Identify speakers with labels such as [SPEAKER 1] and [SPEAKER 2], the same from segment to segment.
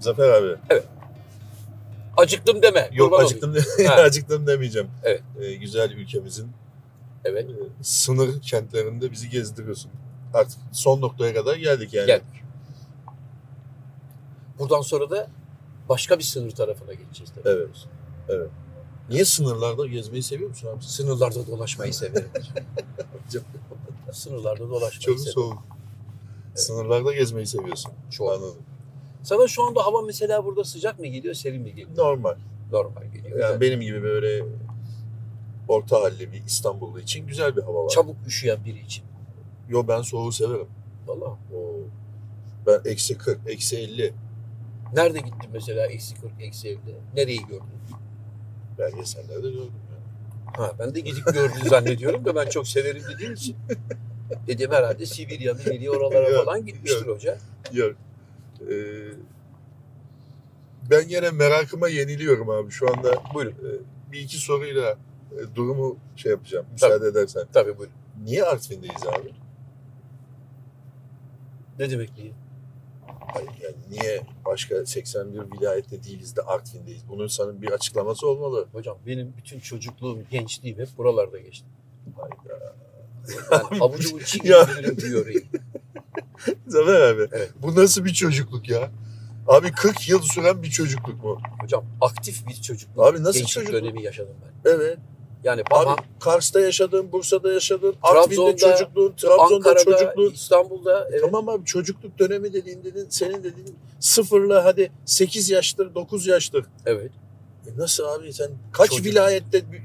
[SPEAKER 1] Zafer abi.
[SPEAKER 2] Acıktım deme.
[SPEAKER 1] Yok
[SPEAKER 2] kurban
[SPEAKER 1] acıktım,
[SPEAKER 2] olayım. Ha,
[SPEAKER 1] acıktım demeyeceğim.
[SPEAKER 2] Evet.
[SPEAKER 1] Ee, güzel ülkemizin
[SPEAKER 2] evet.
[SPEAKER 1] e, sınır kentlerinde bizi gezdiriyorsun. Artık son noktaya kadar geldik yani.
[SPEAKER 2] Geldik. Buradan sonra da başka bir sınır tarafına geçeceğiz. Tabii.
[SPEAKER 1] Evet. Evet. Niye sınırlarda gezmeyi seviyor musun abi?
[SPEAKER 2] Sınırlarda dolaşmayı severim. Sınırlarda dolaşmayı
[SPEAKER 1] Çok
[SPEAKER 2] severim.
[SPEAKER 1] soğuk. Sınırlarda gezmeyi seviyorsun.
[SPEAKER 2] Çok.
[SPEAKER 1] Anladım.
[SPEAKER 2] Sana şu anda hava mesela burada sıcak mı geliyor, serin mi geliyor?
[SPEAKER 1] Normal.
[SPEAKER 2] Normal geliyor.
[SPEAKER 1] Yani
[SPEAKER 2] Güzel.
[SPEAKER 1] benim gibi böyle orta halli bir İstanbullu için güzel bir hava var.
[SPEAKER 2] Çabuk üşüyen biri için.
[SPEAKER 1] Yo ben soğuğu severim.
[SPEAKER 2] Vallahi.
[SPEAKER 1] Oo. Ben eksi 40, eksi 50
[SPEAKER 2] Nerede gittin mesela eksi 40, eksi 50? Nereyi gördün?
[SPEAKER 1] belgesellerde gördüm. Yani.
[SPEAKER 2] Ha, ben de gidip gördüğünü zannediyorum da ben çok severim dediğim için. Dedim herhalde Sibirya, Mibirya oralara
[SPEAKER 1] Yok,
[SPEAKER 2] falan gitmiştir hoca.
[SPEAKER 1] Yok. Ee, ben yine merakıma yeniliyorum abi. Şu anda
[SPEAKER 2] Buyurun.
[SPEAKER 1] e, bir iki soruyla e, durumu şey yapacağım. Müsaade edersen.
[SPEAKER 2] Tabii buyurun.
[SPEAKER 1] Niye Artvin'deyiz abi?
[SPEAKER 2] Ne demek diye?
[SPEAKER 1] Hayır, yani niye başka 81 vilayette değiliz de Artvin'deyiz? Bunun sanırım bir açıklaması olmalı.
[SPEAKER 2] Hocam benim bütün çocukluğum, gençliğim hep buralarda geçti.
[SPEAKER 1] Hayda.
[SPEAKER 2] Yani avucumu çiğ
[SPEAKER 1] Ya.
[SPEAKER 2] götürürüm diyor. orayı.
[SPEAKER 1] Zafer abi.
[SPEAKER 2] Evet.
[SPEAKER 1] Bu nasıl bir çocukluk ya? Abi 40 yıl süren bir çocukluk mu?
[SPEAKER 2] Hocam aktif bir çocukluk.
[SPEAKER 1] Abi nasıl
[SPEAKER 2] gençlik
[SPEAKER 1] çocukluk?
[SPEAKER 2] dönemi yaşadım ben.
[SPEAKER 1] Evet.
[SPEAKER 2] Yani
[SPEAKER 1] Abi
[SPEAKER 2] bana
[SPEAKER 1] Kars'ta yaşadın, Bursa'da yaşadın,
[SPEAKER 2] Trabzon'da,
[SPEAKER 1] Artvin'de çocukluğun, Trabzon'da
[SPEAKER 2] Ankara'da,
[SPEAKER 1] çocukluğun.
[SPEAKER 2] İstanbul'da evet,
[SPEAKER 1] E, Tamam abi çocukluk dönemi dediğin dedin, senin dediğin sıfırla hadi 8 yaştır, 9 yaştır.
[SPEAKER 2] evet.
[SPEAKER 1] E nasıl abi sen kaç
[SPEAKER 2] Çocuk.
[SPEAKER 1] vilayette bir-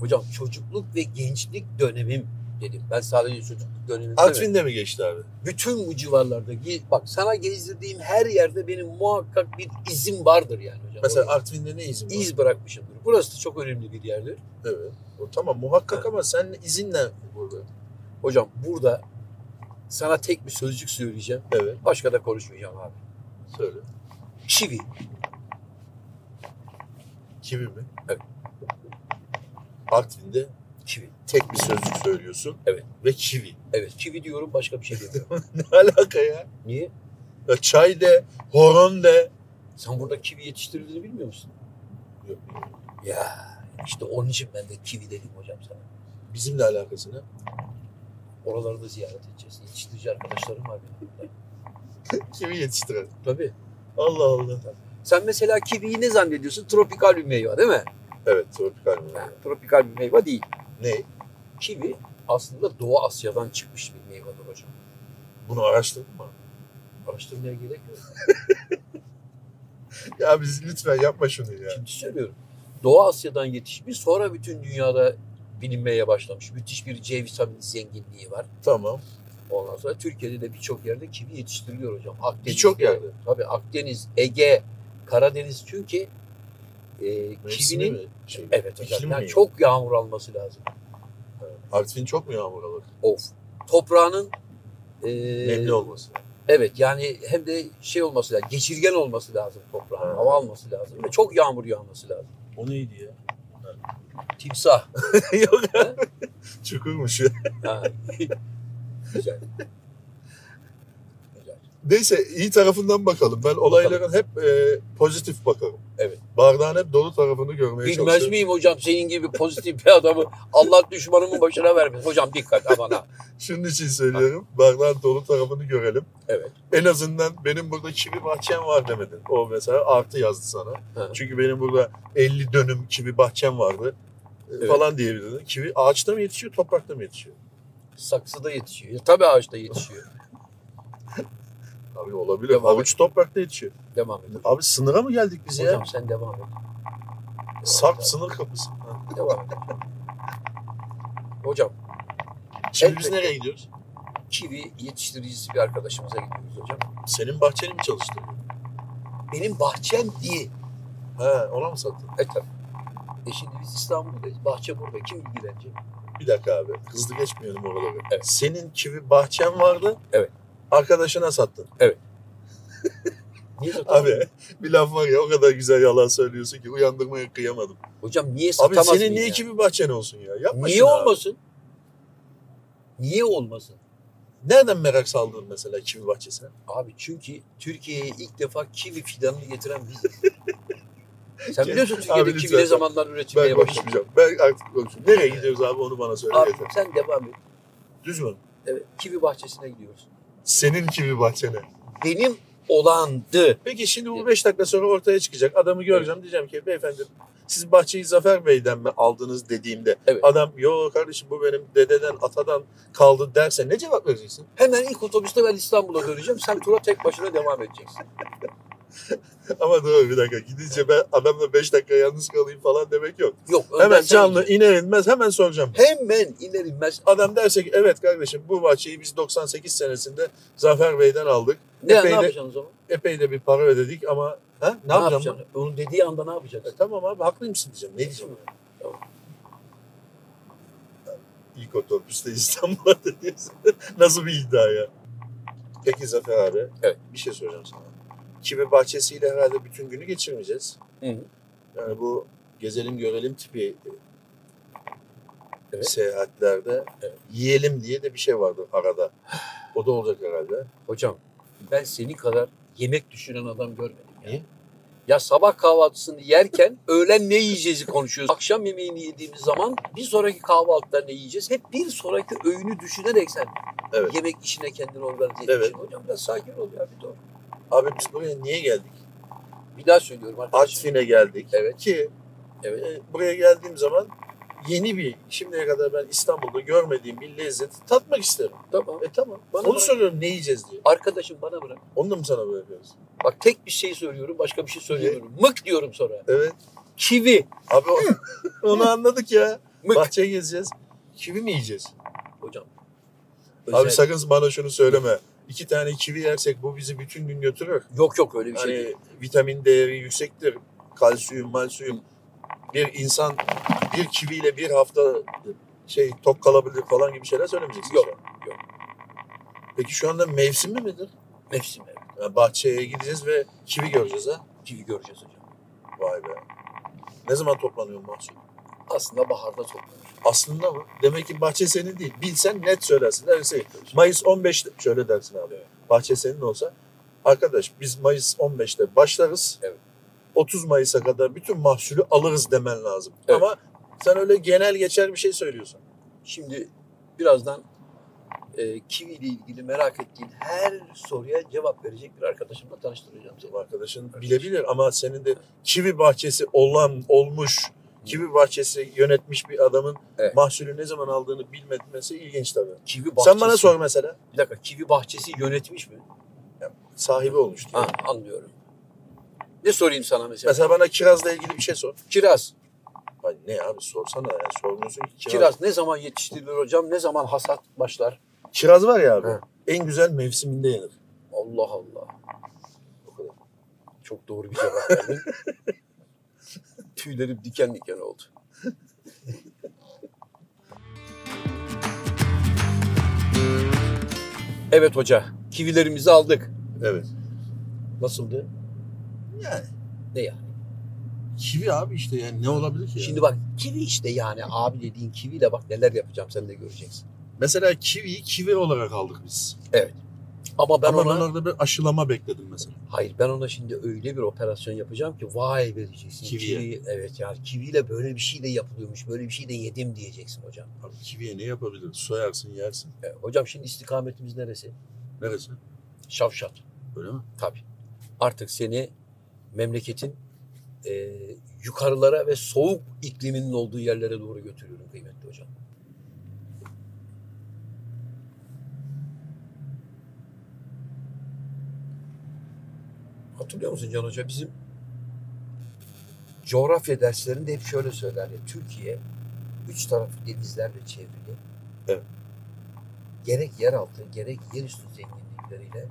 [SPEAKER 2] Hocam çocukluk ve gençlik dönemim dedim. Ben sadece çocukluk dönemim demedim.
[SPEAKER 1] Artvin'de mi geçti abi?
[SPEAKER 2] bütün bu civarlarda ge- bak sana gezdirdiğim her yerde benim muhakkak bir izim vardır yani hocam.
[SPEAKER 1] Mesela
[SPEAKER 2] Orada
[SPEAKER 1] Artvin'de ne izin var?
[SPEAKER 2] iz bırakmışımdır. Burası da çok önemli bir yerdir.
[SPEAKER 1] Evet. O tamam muhakkak
[SPEAKER 2] Ha.
[SPEAKER 1] ama sen izinle burada.
[SPEAKER 2] Hocam burada sana tek bir sözcük söyleyeceğim.
[SPEAKER 1] Evet.
[SPEAKER 2] Başka da konuşmayacağım abi.
[SPEAKER 1] Söyle.
[SPEAKER 2] Çivi.
[SPEAKER 1] Kivi mi?
[SPEAKER 2] Evet.
[SPEAKER 1] Artvin'de
[SPEAKER 2] Çivi.
[SPEAKER 1] tek bir sözcük söylüyorsun.
[SPEAKER 2] Evet.
[SPEAKER 1] Ve kivi.
[SPEAKER 2] Evet çivi diyorum başka bir şey demiyorum.
[SPEAKER 1] Ne alaka ya?
[SPEAKER 2] Niye?
[SPEAKER 1] ya çay de, horon de.
[SPEAKER 2] Sen burada kivi yetiştirildiğini bilmiyor musun?
[SPEAKER 1] Yok,
[SPEAKER 2] Ya işte onun için ben de kivi dedim hocam sana.
[SPEAKER 1] Bizimle alakası ne?
[SPEAKER 2] Oraları da ziyaret edeceğiz. Yetiştirici arkadaşlarım var benim.
[SPEAKER 1] Kivi yetiştiren.
[SPEAKER 2] Tabii.
[SPEAKER 1] Allah Allah.
[SPEAKER 2] Sen mesela kiviyi ne zannediyorsun? Tropikal bir meyve değil mi?
[SPEAKER 1] Evet tropikal meyve.
[SPEAKER 2] Yani tropikal bir meyve değil.
[SPEAKER 1] Ne?
[SPEAKER 2] Kivi aslında Doğu Asya'dan çıkmış bir meyvedir hocam.
[SPEAKER 1] Bunu araştırdın mı?
[SPEAKER 2] Araştırmaya gerek yok.
[SPEAKER 1] Ya biz lütfen yapma şunu ya.
[SPEAKER 2] Şimdi söylüyorum. Doğu Asya'dan yetişmiş sonra bütün dünyada bilinmeye başlamış. Müthiş bir C vitamini zenginliği var.
[SPEAKER 1] Tamam.
[SPEAKER 2] Ondan sonra Türkiye'de de birçok yerde kivi yetiştiriliyor hocam. Akdeniz'de,
[SPEAKER 1] Birçok yerde.
[SPEAKER 2] Tabii Akdeniz, Ege, Karadeniz çünkü e,
[SPEAKER 1] Mevsimi
[SPEAKER 2] kivinin
[SPEAKER 1] mi? Şey,
[SPEAKER 2] evet hocam
[SPEAKER 1] iklim
[SPEAKER 2] yani
[SPEAKER 1] mi?
[SPEAKER 2] çok yağmur alması lazım.
[SPEAKER 1] Artvin çok mu yağmur alır?
[SPEAKER 2] Of. Toprağının e,
[SPEAKER 1] Nemli olması.
[SPEAKER 2] Evet yani hem de şey olması lazım, geçirgen olması lazım toprağın,
[SPEAKER 1] Ha.
[SPEAKER 2] hava alması lazım ve çok yağmur yağması lazım.
[SPEAKER 1] O neydi ya?
[SPEAKER 2] Timsah.
[SPEAKER 1] Yok ya. Çukurmuş ya.
[SPEAKER 2] Ha. Güzel. Güzel.
[SPEAKER 1] Neyse iyi tarafından bakalım. Ben olayların hep e, pozitif bakarım.
[SPEAKER 2] Evet.
[SPEAKER 1] Bardağın hep dolu tarafını görmeye
[SPEAKER 2] Bilmez
[SPEAKER 1] çalışıyorum.
[SPEAKER 2] miyim hocam senin gibi pozitif bir adamı Allah düşmanımın başına vermesin. Hocam dikkat aman ha.
[SPEAKER 1] Şunun için söylüyorum. Bardağın dolu tarafını görelim.
[SPEAKER 2] Evet.
[SPEAKER 1] En azından benim burada kivi bahçem var demedin. O mesela artı yazdı sana.
[SPEAKER 2] Ha.
[SPEAKER 1] Çünkü benim burada 50 dönüm kivi bahçem vardı. e,
[SPEAKER 2] Evet.
[SPEAKER 1] Falan diyebilirdin. Kivi ağaçta mı yetişiyor, toprakta mı yetişiyor?
[SPEAKER 2] Saksıda yetişiyor. Tabii ağaçta yetişiyor.
[SPEAKER 1] Abi olabilir.
[SPEAKER 2] Devam
[SPEAKER 1] Havuç toprakta yetişiyor.
[SPEAKER 2] Devam et. hocam.
[SPEAKER 1] Abi sınıra mı geldik biz ya?
[SPEAKER 2] Hocam sen devam et. Devam
[SPEAKER 1] Sarp
[SPEAKER 2] et.
[SPEAKER 1] sınır kapısı. Ha.
[SPEAKER 2] Devam et. Hocam
[SPEAKER 1] Şimdi biz
[SPEAKER 2] Elbette.
[SPEAKER 1] nereye gidiyoruz?
[SPEAKER 2] kivi yetiştiricisi bir arkadaşımıza gidiyoruz hocam.
[SPEAKER 1] Senin bahçeni mi çalıştın?
[SPEAKER 2] Benim bahçem diye
[SPEAKER 1] He, ona mı sattın?
[SPEAKER 2] E tabii. E şimdi biz İstanbul'dayız. Bahçe burada. Kim ilgilenecek?
[SPEAKER 1] Bir dakika abi. Hızlı geçmeyelim oraları.
[SPEAKER 2] Evet.
[SPEAKER 1] Senin kivi bahçen vardı.
[SPEAKER 2] Evet.
[SPEAKER 1] Arkadaşına sattın.
[SPEAKER 2] Niye satamam?
[SPEAKER 1] Abi bir laf var ya o kadar güzel yalan söylüyorsun ki uyandırmaya kıyamadım.
[SPEAKER 2] Hocam niye
[SPEAKER 1] Abi
[SPEAKER 2] satamaz
[SPEAKER 1] senin
[SPEAKER 2] mıyım
[SPEAKER 1] niye
[SPEAKER 2] ya?
[SPEAKER 1] kivi bahçen olsun ya? Yapma
[SPEAKER 2] Niye
[SPEAKER 1] şunu abi.
[SPEAKER 2] olmasın? Niye olmasın?
[SPEAKER 1] Nereden merak saldın mesela kivi bahçesine?
[SPEAKER 2] Abi çünkü Türkiye'ye ilk defa kivi fidanını getiren biziz. Sen biliyorsun
[SPEAKER 1] Abi
[SPEAKER 2] Türkiye'de
[SPEAKER 1] lütfen
[SPEAKER 2] kivi ne
[SPEAKER 1] sen-
[SPEAKER 2] zamandan
[SPEAKER 1] Ben
[SPEAKER 2] üretilmeye başladı.
[SPEAKER 1] konuşmayacağım. Ben artık konuşmayacağım. Nereye gidiyoruz abi onu bana söyle.
[SPEAKER 2] Abi
[SPEAKER 1] yeter.
[SPEAKER 2] sen devam et.
[SPEAKER 1] Düz mü?
[SPEAKER 2] Evet, kivi bahçesine gidiyoruz.
[SPEAKER 1] Senin kivi bahçene.
[SPEAKER 2] Benim olandı.
[SPEAKER 1] Peki şimdi bu
[SPEAKER 2] Evet.
[SPEAKER 1] 5 dakika sonra ortaya çıkacak. Adamı göreceğim diyeceğim ki beyefendi siz bahçeyi Zafer Bey'den mi aldınız dediğimde
[SPEAKER 2] Evet.
[SPEAKER 1] adam yo kardeşim bu benim dededen atadan kaldı derse ne cevap vereceksin?
[SPEAKER 2] Hemen ilk otobüste ben İstanbul'a döneceğim. Sen tura tek başına devam edeceksin.
[SPEAKER 1] Ama doğru bir dakika gidince ben adamla 5 dakika yalnız kalayım falan demek yok.
[SPEAKER 2] Yok. önden
[SPEAKER 1] Hemen
[SPEAKER 2] sen
[SPEAKER 1] canlı
[SPEAKER 2] gideceksin.
[SPEAKER 1] iner inmez hemen soracağım.
[SPEAKER 2] Hemen iner inmez.
[SPEAKER 1] Adam derse ki evet kardeşim bu bahçeyi biz 98 senesinde Zafer Bey'den aldık.
[SPEAKER 2] Ne,
[SPEAKER 1] Epey
[SPEAKER 2] ne
[SPEAKER 1] de-
[SPEAKER 2] yapacaksın o zaman?
[SPEAKER 1] Epey de bir para ödedik ama ha, ne, yapacağım?
[SPEAKER 2] Onun dediği anda ne
[SPEAKER 1] E,
[SPEAKER 2] yapacaksın?
[SPEAKER 1] tamam abi haklıymışsın diyeceğim. Ne diyeceğim? İlk otobüste İstanbul'a dönüyorsun. Nasıl bir iddia ya? Peki Zafer abi.
[SPEAKER 2] Evet.
[SPEAKER 1] Bir şey soracağım sana. Kibe bahçesiyle herhalde bütün günü geçirmeyeceğiz.
[SPEAKER 2] Hı hı.
[SPEAKER 1] Yani bu gezelim görelim tipi
[SPEAKER 2] Evet.
[SPEAKER 1] seyahatlerde
[SPEAKER 2] Evet.
[SPEAKER 1] yiyelim diye de bir şey vardı arada. O da olacak herhalde.
[SPEAKER 2] Hocam ben seni kadar yemek düşünen adam görmedim. ya.
[SPEAKER 1] Niye?
[SPEAKER 2] Ya sabah kahvaltısını yerken öğlen ne yiyeceğizi konuşuyoruz. Akşam yemeğini yediğimiz zaman bir sonraki kahvaltıda ne yiyeceğiz? Hep bir sonraki öğünü düşünerek sen
[SPEAKER 1] Evet.
[SPEAKER 2] yemek işine kendini organize
[SPEAKER 1] Evet.
[SPEAKER 2] etmişsin. Hocam biraz sakin ol ya bir dur.
[SPEAKER 1] Abi biz buraya niye geldik?
[SPEAKER 2] Bir daha söylüyorum arkadaşlar.
[SPEAKER 1] Artvin'e geldik.
[SPEAKER 2] Evet.
[SPEAKER 1] Ki
[SPEAKER 2] Evet.
[SPEAKER 1] e, buraya geldiğim zaman yeni bir, şimdiye kadar ben İstanbul'da görmediğim bir lezzeti tatmak isterim.
[SPEAKER 2] Tamam.
[SPEAKER 1] E tamam.
[SPEAKER 2] Bana
[SPEAKER 1] Onu
[SPEAKER 2] bırak.
[SPEAKER 1] soruyorum ne yiyeceğiz diye.
[SPEAKER 2] Arkadaşım bana bırak.
[SPEAKER 1] Onu da mı sana böyle yapıyoruz?
[SPEAKER 2] Bak tek bir şey söylüyorum başka bir şey söylemiyorum. Mık diyorum sonra.
[SPEAKER 1] Evet.
[SPEAKER 2] Kivi.
[SPEAKER 1] Abi o- onu anladık ya.
[SPEAKER 2] Mık.
[SPEAKER 1] Bahçeye gezeceğiz. Kivi mi yiyeceğiz?
[SPEAKER 2] Hocam.
[SPEAKER 1] Abi
[SPEAKER 2] özel-
[SPEAKER 1] sakın bana şunu söyleme. İki tane kivi yersek bu bizi bütün gün götürür.
[SPEAKER 2] Yok yok öyle bir şey değil.
[SPEAKER 1] Hani vitamin değeri yüksektir. Kalsiyum, malsiyum. Bir insan bir kiviyle bir hafta şey tok kalabilir falan gibi şeyler söylemeyeceksin.
[SPEAKER 2] Yok,
[SPEAKER 1] şu an.
[SPEAKER 2] yok.
[SPEAKER 1] Peki şu anda mevsimi midir?
[SPEAKER 2] Mevsim evet.
[SPEAKER 1] Yani bahçeye gideceğiz ve kivi göreceğiz ha.
[SPEAKER 2] Kivi göreceğiz hocam.
[SPEAKER 1] Vay be. Ne zaman toplanıyor mahsul?
[SPEAKER 2] Aslında baharda toplanır.
[SPEAKER 1] Aslında mı? Demek ki bahçe senin değil. Bilsen net söylersin. Dersin ki, Mayıs 15'te şöyle dersin abi. Bahçe senin olsa arkadaş biz Mayıs 15'te başlarız.
[SPEAKER 2] Evet.
[SPEAKER 1] 30 Mayıs'a kadar bütün mahsulü alırız demen lazım.
[SPEAKER 2] Evet.
[SPEAKER 1] Ama sen öyle genel geçer bir şey söylüyorsun.
[SPEAKER 2] Şimdi birazdan e, kivi ile ilgili merak ettiğin her soruya cevap verecek bir arkadaşımla tanıştıracağım seni.
[SPEAKER 1] Bu arkadaşın bilebilir ama senin de kivi bahçesi olan olmuş, kivi bahçesi yönetmiş bir adamın
[SPEAKER 2] Evet.
[SPEAKER 1] mahsulü ne zaman aldığını bilmemesi ilginç tabii.
[SPEAKER 2] Kivi bahçesi.
[SPEAKER 1] Sen bana sor mesela.
[SPEAKER 2] Bir dakika kivi bahçesi yönetmiş mi?
[SPEAKER 1] Sahibi olmuş diyor.
[SPEAKER 2] Ha, anlıyorum. Ne sorayım sana mesela?
[SPEAKER 1] Mesela bana kirazla ilgili bir şey sor.
[SPEAKER 2] Kiraz.
[SPEAKER 1] Ay ne abi sorsana ya sormuyorsun ki kiraz. Kiraz,
[SPEAKER 2] Kiraz ne zaman yetiştirilir hocam? Ne zaman hasat başlar?
[SPEAKER 1] var ya abi
[SPEAKER 2] Hı.
[SPEAKER 1] en güzel mevsiminde yenir.
[SPEAKER 2] Allah Allah.
[SPEAKER 1] O kadar.
[SPEAKER 2] Çok doğru bir cevap verdin. Tüylerim diken diken oldu. Evet hoca, kivilerimizi aldık.
[SPEAKER 1] Evet.
[SPEAKER 2] Nasıldı?
[SPEAKER 1] Yani
[SPEAKER 2] Ne yani?
[SPEAKER 1] kivi abi işte yani ne olabilir ki? Şimdi
[SPEAKER 2] Şimdi bak kivi işte yani abi dediğin kiviyle bak neler yapacağım sen de göreceksin.
[SPEAKER 1] mesela kiviyi kivi olarak aldık biz.
[SPEAKER 2] Ama ben
[SPEAKER 1] Ama
[SPEAKER 2] ona
[SPEAKER 1] ben orada bir aşılama bekledim mesela.
[SPEAKER 2] hayır ben ona şimdi öyle bir operasyon yapacağım ki vay vereceksin.
[SPEAKER 1] Kiviye.
[SPEAKER 2] Kivi, evet ya kiviyle böyle bir şey de yapılıyormuş. Böyle bir şey de yedim diyeceksin hocam.
[SPEAKER 1] Abi kiviye ne yapabiliriz? Soyarsın yersin.
[SPEAKER 2] E, hocam şimdi istikametimiz neresi?
[SPEAKER 1] Neresi?
[SPEAKER 2] Şavşat.
[SPEAKER 1] Öyle mi?
[SPEAKER 2] Tabii. Artık seni memleketin e, yukarılara ve soğuk ikliminin olduğu yerlere doğru götürüyorum kıymetli hocam. Hatırlıyor musun Can Hoca? Bizim coğrafya derslerinde hep şöyle söyler ya. Türkiye üç tarafı denizlerle çevrili.
[SPEAKER 1] Evet.
[SPEAKER 2] Gerek yeraltı gerek yerüstü zenginlikleriyle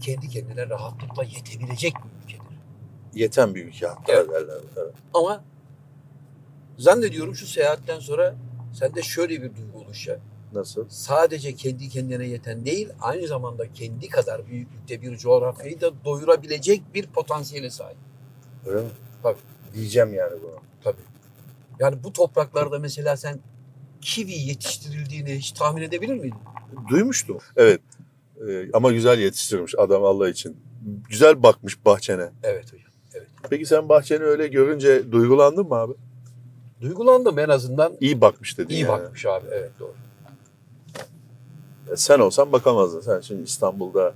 [SPEAKER 2] kendi kendine rahatlıkla yetebilecek bir ülkedir.
[SPEAKER 1] Yeten bir ülke hatta
[SPEAKER 2] Evet.
[SPEAKER 1] derler. Evet.
[SPEAKER 2] Ama zannediyorum şu seyahatten sonra sende şöyle bir duygu oluşacak.
[SPEAKER 1] Nasıl?
[SPEAKER 2] Sadece kendi kendine yeten değil, aynı zamanda kendi kadar büyüklükte bir coğrafyayı da doyurabilecek bir potansiyele sahip.
[SPEAKER 1] Öyle mi?
[SPEAKER 2] Tabii.
[SPEAKER 1] Diyeceğim yani bunu.
[SPEAKER 2] Tabii. Yani bu topraklarda mesela sen kivi yetiştirildiğini hiç tahmin edebilir miydin?
[SPEAKER 1] Duymuştum. Evet. Ee, ama güzel yetiştirmiş adam Allah için. Güzel bakmış bahçene.
[SPEAKER 2] Evet hocam.
[SPEAKER 1] Peki sen bahçeni öyle görünce duygulandın mı abi?
[SPEAKER 2] Duygulandım en azından.
[SPEAKER 1] İyi bakmış dedin
[SPEAKER 2] İyi
[SPEAKER 1] yani.
[SPEAKER 2] bakmış abi. Evet doğru.
[SPEAKER 1] E, Sen olsan bakamazdın. Sen şimdi İstanbul'da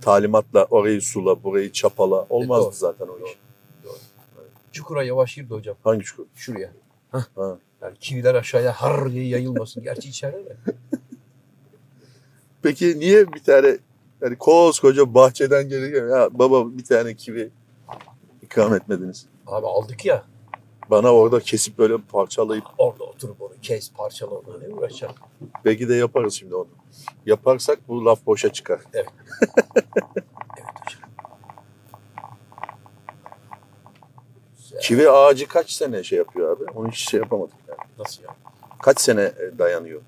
[SPEAKER 1] talimatla orayı sula, burayı çapala. Olmazdı
[SPEAKER 2] E, doğru.
[SPEAKER 1] zaten o
[SPEAKER 2] Doğru.
[SPEAKER 1] iş.
[SPEAKER 2] Çukura yavaş girdi hocam.
[SPEAKER 1] Hangi çukur?
[SPEAKER 2] Şuraya.
[SPEAKER 1] Ha.
[SPEAKER 2] Yani kiviler aşağıya har diye yayılmasın. Gerçi içeride de.
[SPEAKER 1] Peki niye bir tane yani koskoca bahçeden gelirken ya baba bir tane kivi ikram etmediniz?
[SPEAKER 2] Abi aldık ya.
[SPEAKER 1] Bana orada kesip böyle parçalayıp
[SPEAKER 2] Orada oturup onu kes parçala onu. Ne uğraşacağım?
[SPEAKER 1] belki de yaparız şimdi onu. Yaparsak bu laf boşa çıkar.
[SPEAKER 2] Evet hocam. Güzel.
[SPEAKER 1] Kivi ağacı kaç sene şey yapıyor abi? Onu hiç şey yapamadık yani.
[SPEAKER 2] Nasıl ya?
[SPEAKER 1] Kaç sene e, dayanıyor?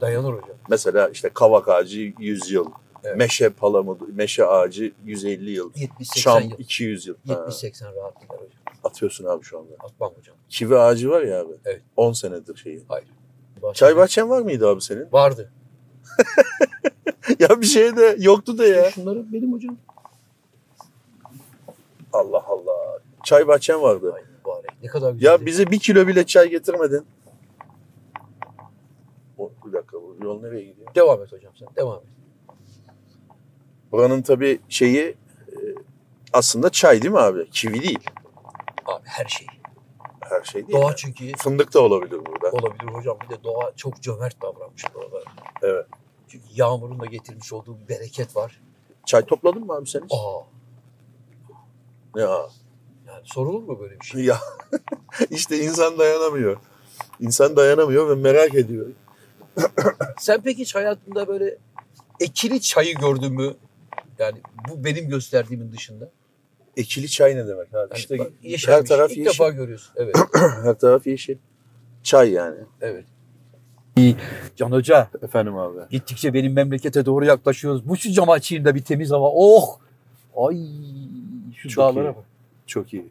[SPEAKER 2] Dayanır hocam.
[SPEAKER 1] Mesela işte kavak ağacı 100 yıl.
[SPEAKER 2] Evet.
[SPEAKER 1] Meşe palamudu, meşe ağacı 150 yıl.
[SPEAKER 2] 70-80
[SPEAKER 1] Çam
[SPEAKER 2] yıl.
[SPEAKER 1] 200 yıl. Ha,
[SPEAKER 2] 70-80 rahat gider hocam.
[SPEAKER 1] atıyorsun abi şu anda.
[SPEAKER 2] Atmam hocam.
[SPEAKER 1] Kivi ağacı var ya abi.
[SPEAKER 2] Evet.
[SPEAKER 1] 10 senedir şeyi.
[SPEAKER 2] Bahçede-
[SPEAKER 1] Çay bahçen var mıydı abi senin?
[SPEAKER 2] Vardı.
[SPEAKER 1] ya bir şey de yoktu da ya.
[SPEAKER 2] Şunları benim hocam.
[SPEAKER 1] Allah Allah. Çay bahçen vardı.
[SPEAKER 2] Ay mübarek. Ne kadar güzel.
[SPEAKER 1] Ya bize bir kilo bile çay getirmedin. O, bir dakika bu yol nereye gidiyor?
[SPEAKER 2] Devam et hocam sen. Devam et.
[SPEAKER 1] Buranın tabii şeyi e, aslında çay değil mi abi? Kivi değil.
[SPEAKER 2] Abi her şey.
[SPEAKER 1] Her şey değil.
[SPEAKER 2] Doğa
[SPEAKER 1] yani.
[SPEAKER 2] çünkü
[SPEAKER 1] Fındık da olabilir burada.
[SPEAKER 2] olabilir hocam. Bir de doğa çok cömert davranmış burada.
[SPEAKER 1] Evet.
[SPEAKER 2] Çünkü yağmurun da getirmiş olduğu bir bereket var.
[SPEAKER 1] Çay topladın mı abi sen hiç?
[SPEAKER 2] Aa,
[SPEAKER 1] Ya.
[SPEAKER 2] yani sorulur mu böyle bir şey?
[SPEAKER 1] ya. işte insan dayanamıyor. İnsan dayanamıyor ve merak ediyor.
[SPEAKER 2] Sen peki hiç hayatında böyle ekili çayı gördün mü? Yani bu benim gösterdiğimin dışında.
[SPEAKER 1] Ekili çay ne demek abi?
[SPEAKER 2] Yani
[SPEAKER 1] işte
[SPEAKER 2] bak, yeşermiş.
[SPEAKER 1] her taraf
[SPEAKER 2] İlk
[SPEAKER 1] yeşil.
[SPEAKER 2] defa görüyorsun. Evet.
[SPEAKER 1] Her taraf yeşil. Çay yani.
[SPEAKER 2] evet. Can Hoca
[SPEAKER 1] Efendim abi.
[SPEAKER 2] gittikçe benim memlekete doğru yaklaşıyoruz. Bu şu cam açayım da bir temiz hava. Oh! Ay şu
[SPEAKER 1] Çok
[SPEAKER 2] dağlara
[SPEAKER 1] iyi.
[SPEAKER 2] bak.
[SPEAKER 1] Çok iyi.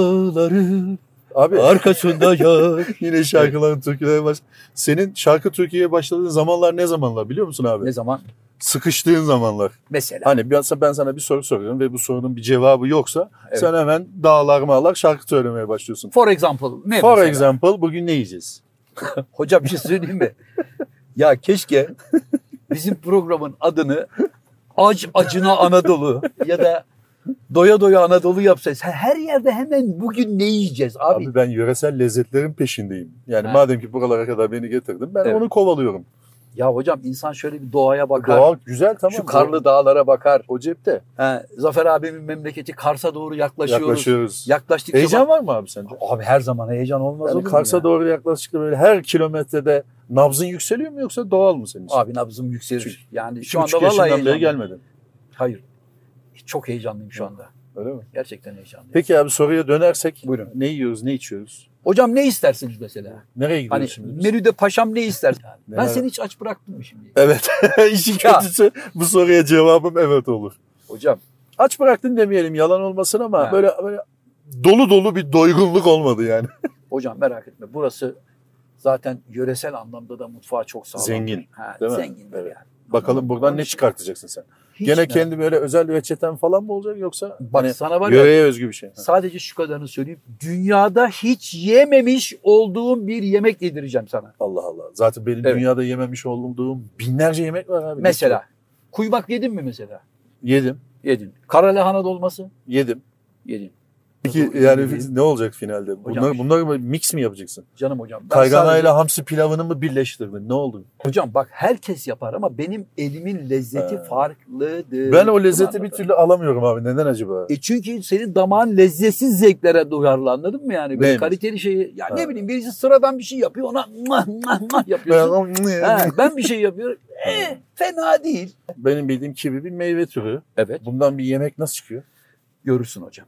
[SPEAKER 2] Dağları
[SPEAKER 1] Abi
[SPEAKER 2] arkasında yar.
[SPEAKER 1] yine şarkıların türküleri baş. Senin şarkı türküye başladığın zamanlar ne zamanlar biliyor musun abi?
[SPEAKER 2] ne zaman?
[SPEAKER 1] Sıkıştığın zamanlar.
[SPEAKER 2] Mesela.
[SPEAKER 1] Hani biraz ben sana bir soru soruyorum ve bu sorunun bir cevabı yoksa
[SPEAKER 2] Evet.
[SPEAKER 1] sen hemen dağlar mağlar şarkı söylemeye başlıyorsun.
[SPEAKER 2] For example. Ne
[SPEAKER 1] For
[SPEAKER 2] mesela?
[SPEAKER 1] example bugün ne yiyeceğiz?
[SPEAKER 2] Hoca bir şey söyleyeyim mi? Ya keşke bizim programın adını Ac Acına Anadolu ya da Doya Doya Anadolu yapsayız. Her- Her yerde hemen bugün ne yiyeceğiz abi?
[SPEAKER 1] Abi, ben yöresel lezzetlerin peşindeyim. Yani
[SPEAKER 2] Ha.
[SPEAKER 1] madem ki buralara kadar beni getirdin ben
[SPEAKER 2] Evet.
[SPEAKER 1] onu kovalıyorum.
[SPEAKER 2] Ya hocam insan şöyle bir doğaya bakar.
[SPEAKER 1] Doğa güzel tamam.
[SPEAKER 2] Şu karlı dağlara bakar.
[SPEAKER 1] o cepte
[SPEAKER 2] He, Zafer abimin memleketi Kars'a doğru yaklaşıyoruz.
[SPEAKER 1] yaklaşıyoruz.
[SPEAKER 2] Yaklaştıkça
[SPEAKER 1] Heyecan var mı abi sence?
[SPEAKER 2] bak- abi her zaman heyecan olmaz
[SPEAKER 1] Yani
[SPEAKER 2] olur mu
[SPEAKER 1] Kars'a
[SPEAKER 2] ya?
[SPEAKER 1] doğru yaklaştıkça böyle her kilometrede nabzın yükseliyor mu yoksa doğal mı senin için?
[SPEAKER 2] Abi nabzım yükselir.
[SPEAKER 1] Çünkü-
[SPEAKER 2] yani
[SPEAKER 1] İki
[SPEAKER 2] şu anda
[SPEAKER 1] buçuk
[SPEAKER 2] vallahi
[SPEAKER 1] yaşından beri
[SPEAKER 2] heyecanlıyım.
[SPEAKER 1] gelmedin.
[SPEAKER 2] Hayır. Çok heyecanlıyım şu anda.
[SPEAKER 1] Öyle mi?
[SPEAKER 2] Gerçekten heyecanlıyım.
[SPEAKER 1] Peki abi soruya dönersek
[SPEAKER 2] Buyurun.
[SPEAKER 1] ne yiyoruz, ne içiyoruz?
[SPEAKER 2] Hocam ne istersiniz mesela?
[SPEAKER 1] Nereye gidiyoruz
[SPEAKER 2] Hani
[SPEAKER 1] şimdi? biz?
[SPEAKER 2] menüde paşam ne ister? Yani ben
[SPEAKER 1] Neler-
[SPEAKER 2] seni hiç aç bıraktım mı şimdi?
[SPEAKER 1] Evet. İşin
[SPEAKER 2] Ya.
[SPEAKER 1] kötüsü bu soruya cevabım evet olur.
[SPEAKER 2] Hocam
[SPEAKER 1] Aç bıraktın demeyelim yalan olmasın ama
[SPEAKER 2] Ha.
[SPEAKER 1] böyle böyle dolu dolu bir doygunluk olmadı yani.
[SPEAKER 2] hocam merak etme. Burası zaten yöresel anlamda da mutfağı çok sağlam.
[SPEAKER 1] Zengin.
[SPEAKER 2] Ha,
[SPEAKER 1] değil mi?
[SPEAKER 2] zengindir
[SPEAKER 1] Evet.
[SPEAKER 2] yani.
[SPEAKER 1] Bakalım
[SPEAKER 2] Anladım.
[SPEAKER 1] buradan ne çıkartacaksın sen?
[SPEAKER 2] Hiç
[SPEAKER 1] Gene
[SPEAKER 2] merak-
[SPEAKER 1] kendi böyle özel reçeten falan mı olacak yoksa
[SPEAKER 2] Bak
[SPEAKER 1] hani
[SPEAKER 2] sana var ya,
[SPEAKER 1] yöreye özgü bir şey? Ha.
[SPEAKER 2] sadece şu kadarını söyleyeyim. Dünyada hiç yememiş olduğum bir yemek yedireceğim sana.
[SPEAKER 1] Allah Allah. Zaten benim
[SPEAKER 2] Evet.
[SPEAKER 1] dünyada yememiş olduğum binlerce yemek var abi.
[SPEAKER 2] Mesela kuymak yedin mi mesela?
[SPEAKER 1] Yedim.
[SPEAKER 2] Yedin. Kara lahana dolması
[SPEAKER 1] Yedim.
[SPEAKER 2] yedin.
[SPEAKER 1] Peki
[SPEAKER 2] Nasıl
[SPEAKER 1] yani
[SPEAKER 2] yedim?
[SPEAKER 1] ne olacak finalde? Bunlar,
[SPEAKER 2] Hocam-
[SPEAKER 1] bunlar mı- mix mi yapacaksın?
[SPEAKER 2] Canım hocam. ben
[SPEAKER 1] Kayganayla
[SPEAKER 2] sadece-
[SPEAKER 1] hamsi pilavını mı birleştirdin? Ne oldu?
[SPEAKER 2] Hocam bak herkes yapar ama benim elimin lezzeti
[SPEAKER 1] Ha.
[SPEAKER 2] farklıdır.
[SPEAKER 1] Ben o
[SPEAKER 2] Bunu
[SPEAKER 1] lezzeti bir
[SPEAKER 2] anladım.
[SPEAKER 1] türlü alamıyorum abi. Neden acaba?
[SPEAKER 2] E çünkü senin damağın lezzetsiz zevklere duyarlı anladın mı yani? Böyle
[SPEAKER 1] Neymiş?
[SPEAKER 2] kaliteli şeyi ya
[SPEAKER 1] Ha.
[SPEAKER 2] ne bileyim birisi sıradan bir şey yapıyor ona mah mah mah yapıyorsun. Ha,
[SPEAKER 1] Ben-
[SPEAKER 2] ben bir şey yapıyorum. E, fena değil.
[SPEAKER 1] Benim bildiğim kivi bir meyve türü.
[SPEAKER 2] Evet.
[SPEAKER 1] Bundan bir yemek nasıl çıkıyor?
[SPEAKER 2] Görürsün hocam.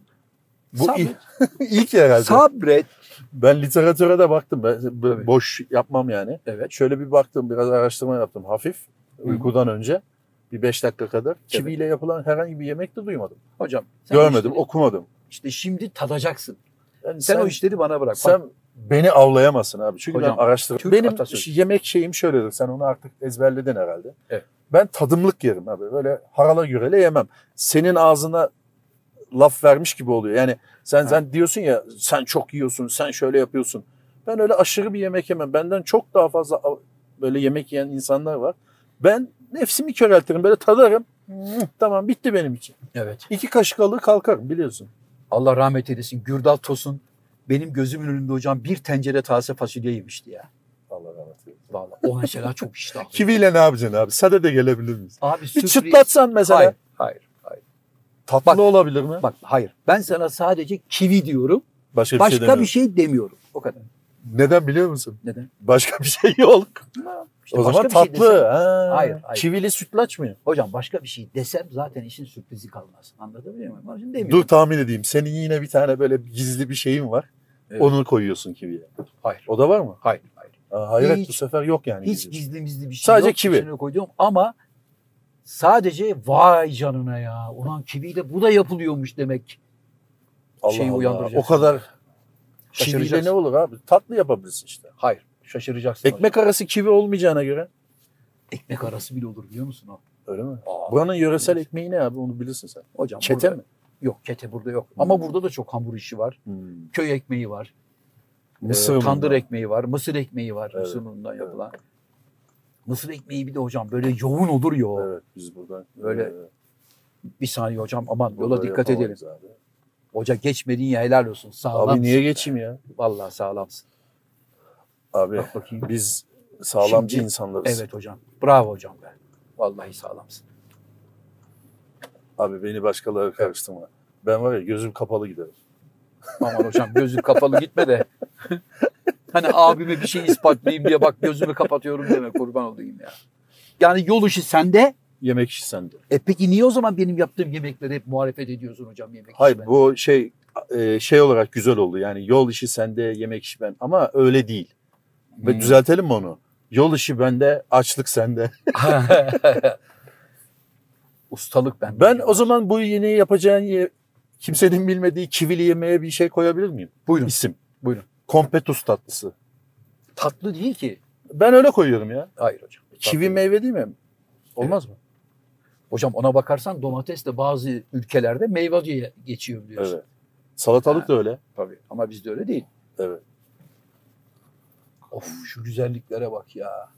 [SPEAKER 1] Bu
[SPEAKER 2] sabret.
[SPEAKER 1] ilk, ilk herhalde.
[SPEAKER 2] sabret.
[SPEAKER 1] ben literatüre de baktım. Ben b-
[SPEAKER 2] Tabii.
[SPEAKER 1] boş yapmam yani.
[SPEAKER 2] Evet.
[SPEAKER 1] Şöyle bir baktım. Biraz araştırma yaptım. Hafif. Uykudan önce. Bir beş dakika kadar. Kiviyle yapılan herhangi bir yemek de duymadım.
[SPEAKER 2] Hocam. sen o
[SPEAKER 1] Görmedim,
[SPEAKER 2] işleri-
[SPEAKER 1] okumadım.
[SPEAKER 2] İşte şimdi tadacaksın.
[SPEAKER 1] Yani
[SPEAKER 2] Sen, o işleri bana bırak. Bak,
[SPEAKER 1] Sen beni avlayamasın abi. Çünkü
[SPEAKER 2] Hocam,
[SPEAKER 1] ben araştırırım.
[SPEAKER 2] Türk
[SPEAKER 1] Benim
[SPEAKER 2] atasözü.
[SPEAKER 1] şi- yemek şeyim şöyledir. Sen onu artık ezberledin herhalde.
[SPEAKER 2] Evet.
[SPEAKER 1] Ben tadımlık yerim abi. Böyle harala gürele yemem. Senin ağzına laf vermiş gibi oluyor. Yani sen
[SPEAKER 2] Ha.
[SPEAKER 1] sen diyorsun ya sen çok yiyorsun, sen şöyle yapıyorsun. Ben öyle aşırı bir yemek yemem. Benden çok daha fazla av- böyle yemek yiyen insanlar var. Ben nefsimi köreltirim. Böyle tadarım. Hmm, Tamam bitti benim için.
[SPEAKER 2] Evet.
[SPEAKER 1] İki kaşık alır kalkarım biliyorsun.
[SPEAKER 2] Allah rahmet eylesin. Gürdal Tosun benim gözümün önünde hocam bir tencere taze fasulye yemişti ya.
[SPEAKER 1] Allah rahmet eylesin.
[SPEAKER 2] Vallahi o mesela çok iştahlı.
[SPEAKER 1] Kiviyle ne yapacaksın abi? Sade de gelebilir miyiz?
[SPEAKER 2] Abi
[SPEAKER 1] Bir
[SPEAKER 2] sürpriz-
[SPEAKER 1] çıtlatsan mesela.
[SPEAKER 2] Hayır, hayır, hayır.
[SPEAKER 1] Tatlı
[SPEAKER 2] Bak-
[SPEAKER 1] olabilir mi?
[SPEAKER 2] Bak hayır. Ben sana sadece kivi diyorum.
[SPEAKER 1] başka bir şey
[SPEAKER 2] Başka
[SPEAKER 1] demiyorum.
[SPEAKER 2] bir şey demiyorum. O kadar.
[SPEAKER 1] Neden biliyor musun?
[SPEAKER 2] Neden?
[SPEAKER 1] Başka bir şey yok.
[SPEAKER 2] İşte
[SPEAKER 1] o
[SPEAKER 2] başka
[SPEAKER 1] zaman
[SPEAKER 2] bir şey
[SPEAKER 1] tatlı.
[SPEAKER 2] desem-
[SPEAKER 1] ha.
[SPEAKER 2] Hayır, hayır.
[SPEAKER 1] Çivili sütlaç mı?
[SPEAKER 2] hocam başka bir şey desem zaten işin sürprizi kalmaz. Anlatabiliyor muyum? Onun için demiyorum.
[SPEAKER 1] Dur tahmin edeyim. Senin yine bir tane böyle gizli bir şeyin var.
[SPEAKER 2] Evet.
[SPEAKER 1] Onu koyuyorsun kiviye.
[SPEAKER 2] Hayır.
[SPEAKER 1] O da var mı?
[SPEAKER 2] Hayır. hayır.
[SPEAKER 1] Ha, hayret
[SPEAKER 2] Hiç-
[SPEAKER 1] bu sefer yok yani.
[SPEAKER 2] Hiç
[SPEAKER 1] gizli.
[SPEAKER 2] gizli gizli bir şey
[SPEAKER 1] Sadece
[SPEAKER 2] yok.
[SPEAKER 1] kivi.
[SPEAKER 2] İçine koyduğum ama sadece vay canına ya. Ulan kiviyle bu da yapılıyormuş demek.
[SPEAKER 1] Allah
[SPEAKER 2] şeyi
[SPEAKER 1] Allah.
[SPEAKER 2] uyandıracak. şey
[SPEAKER 1] O kadar çiviyle
[SPEAKER 2] Şaşıracaksın.
[SPEAKER 1] ne olur abi? Tatlı yapabilirsin işte.
[SPEAKER 2] Hayır. Şaşıracaksın.
[SPEAKER 1] Ekmek arası kivi olmayacağına göre.
[SPEAKER 2] Ekmek arası bile olur biliyor musun o?
[SPEAKER 1] Öyle mi? Buranın yöresel ekmeği ne abi onu bilirsin sen.
[SPEAKER 2] Hocam
[SPEAKER 1] Çete
[SPEAKER 2] burada-
[SPEAKER 1] mi?
[SPEAKER 2] Yok kete burada yok. Ama burada da çok hamur işi var.
[SPEAKER 1] Hmm,
[SPEAKER 2] Köy ekmeği var.
[SPEAKER 1] Mısır
[SPEAKER 2] Ee,
[SPEAKER 1] mı?
[SPEAKER 2] tandır ekmeği var, mısır ekmeği var.
[SPEAKER 1] Evet,
[SPEAKER 2] Mısır unundan
[SPEAKER 1] evet.
[SPEAKER 2] yapılan. Mısır ekmeği bir de hocam böyle yoğun olur ya o.
[SPEAKER 1] Evet biz buradan.
[SPEAKER 2] Böyle
[SPEAKER 1] e,
[SPEAKER 2] Bir saniye hocam aman yola
[SPEAKER 1] burada
[SPEAKER 2] dikkat edelim.
[SPEAKER 1] yapamayız Abi.
[SPEAKER 2] Hoca geçmediğin ya helal olsun. Sağlam.
[SPEAKER 1] abi niye geçeyim ya?
[SPEAKER 2] Vallahi sağlamsın.
[SPEAKER 1] Abi
[SPEAKER 2] Bak bakayım.
[SPEAKER 1] biz sağlamcı
[SPEAKER 2] Şimdi-
[SPEAKER 1] insanlarız.
[SPEAKER 2] Evet hocam. Bravo hocam be. Vallahi sağlamsın.
[SPEAKER 1] Abi beni başkaları karıştırma. Ben var ya gözüm kapalı giderim.
[SPEAKER 2] Aman hocam gözün kapalı gitme de. hani abime bir şey ispatlayayım diye bak gözümü kapatıyorum deme kurban olayım ya. Yani yol işi sende.
[SPEAKER 1] Yemek işi sende.
[SPEAKER 2] E peki niye o zaman benim yaptığım yemekleri hep muhalefet ediyorsun hocam yemek işi
[SPEAKER 1] Hayır
[SPEAKER 2] ben?
[SPEAKER 1] bu şey e, şey olarak güzel oldu. Yani yol işi sende, yemek işi ben. Ama öyle değil. Ve
[SPEAKER 2] Hmm.
[SPEAKER 1] düzeltelim mi onu? Yol işi bende, açlık sende.
[SPEAKER 2] Ustalık ben.
[SPEAKER 1] Ben o zaman bu yeni yapacağın ye- kimsenin bilmediği kivili yemeğe bir şey koyabilir miyim?
[SPEAKER 2] buyurun.
[SPEAKER 1] İsim.
[SPEAKER 2] Buyurun.
[SPEAKER 1] Kompetus tatlısı.
[SPEAKER 2] Tatlı değil ki.
[SPEAKER 1] Ben öyle koyuyorum ya.
[SPEAKER 2] Hayır hocam.
[SPEAKER 1] Kivi
[SPEAKER 2] Tatlı.
[SPEAKER 1] meyve değil mi? Olmaz mı?
[SPEAKER 2] Hocam ona bakarsan domates de bazı ülkelerde meyve diye geçiyor biliyorsun.
[SPEAKER 1] Evet. Salatalık da öyle.
[SPEAKER 2] Tabii. Ama bizde öyle değil.
[SPEAKER 1] Evet.
[SPEAKER 2] Of şu güzelliklere bak ya.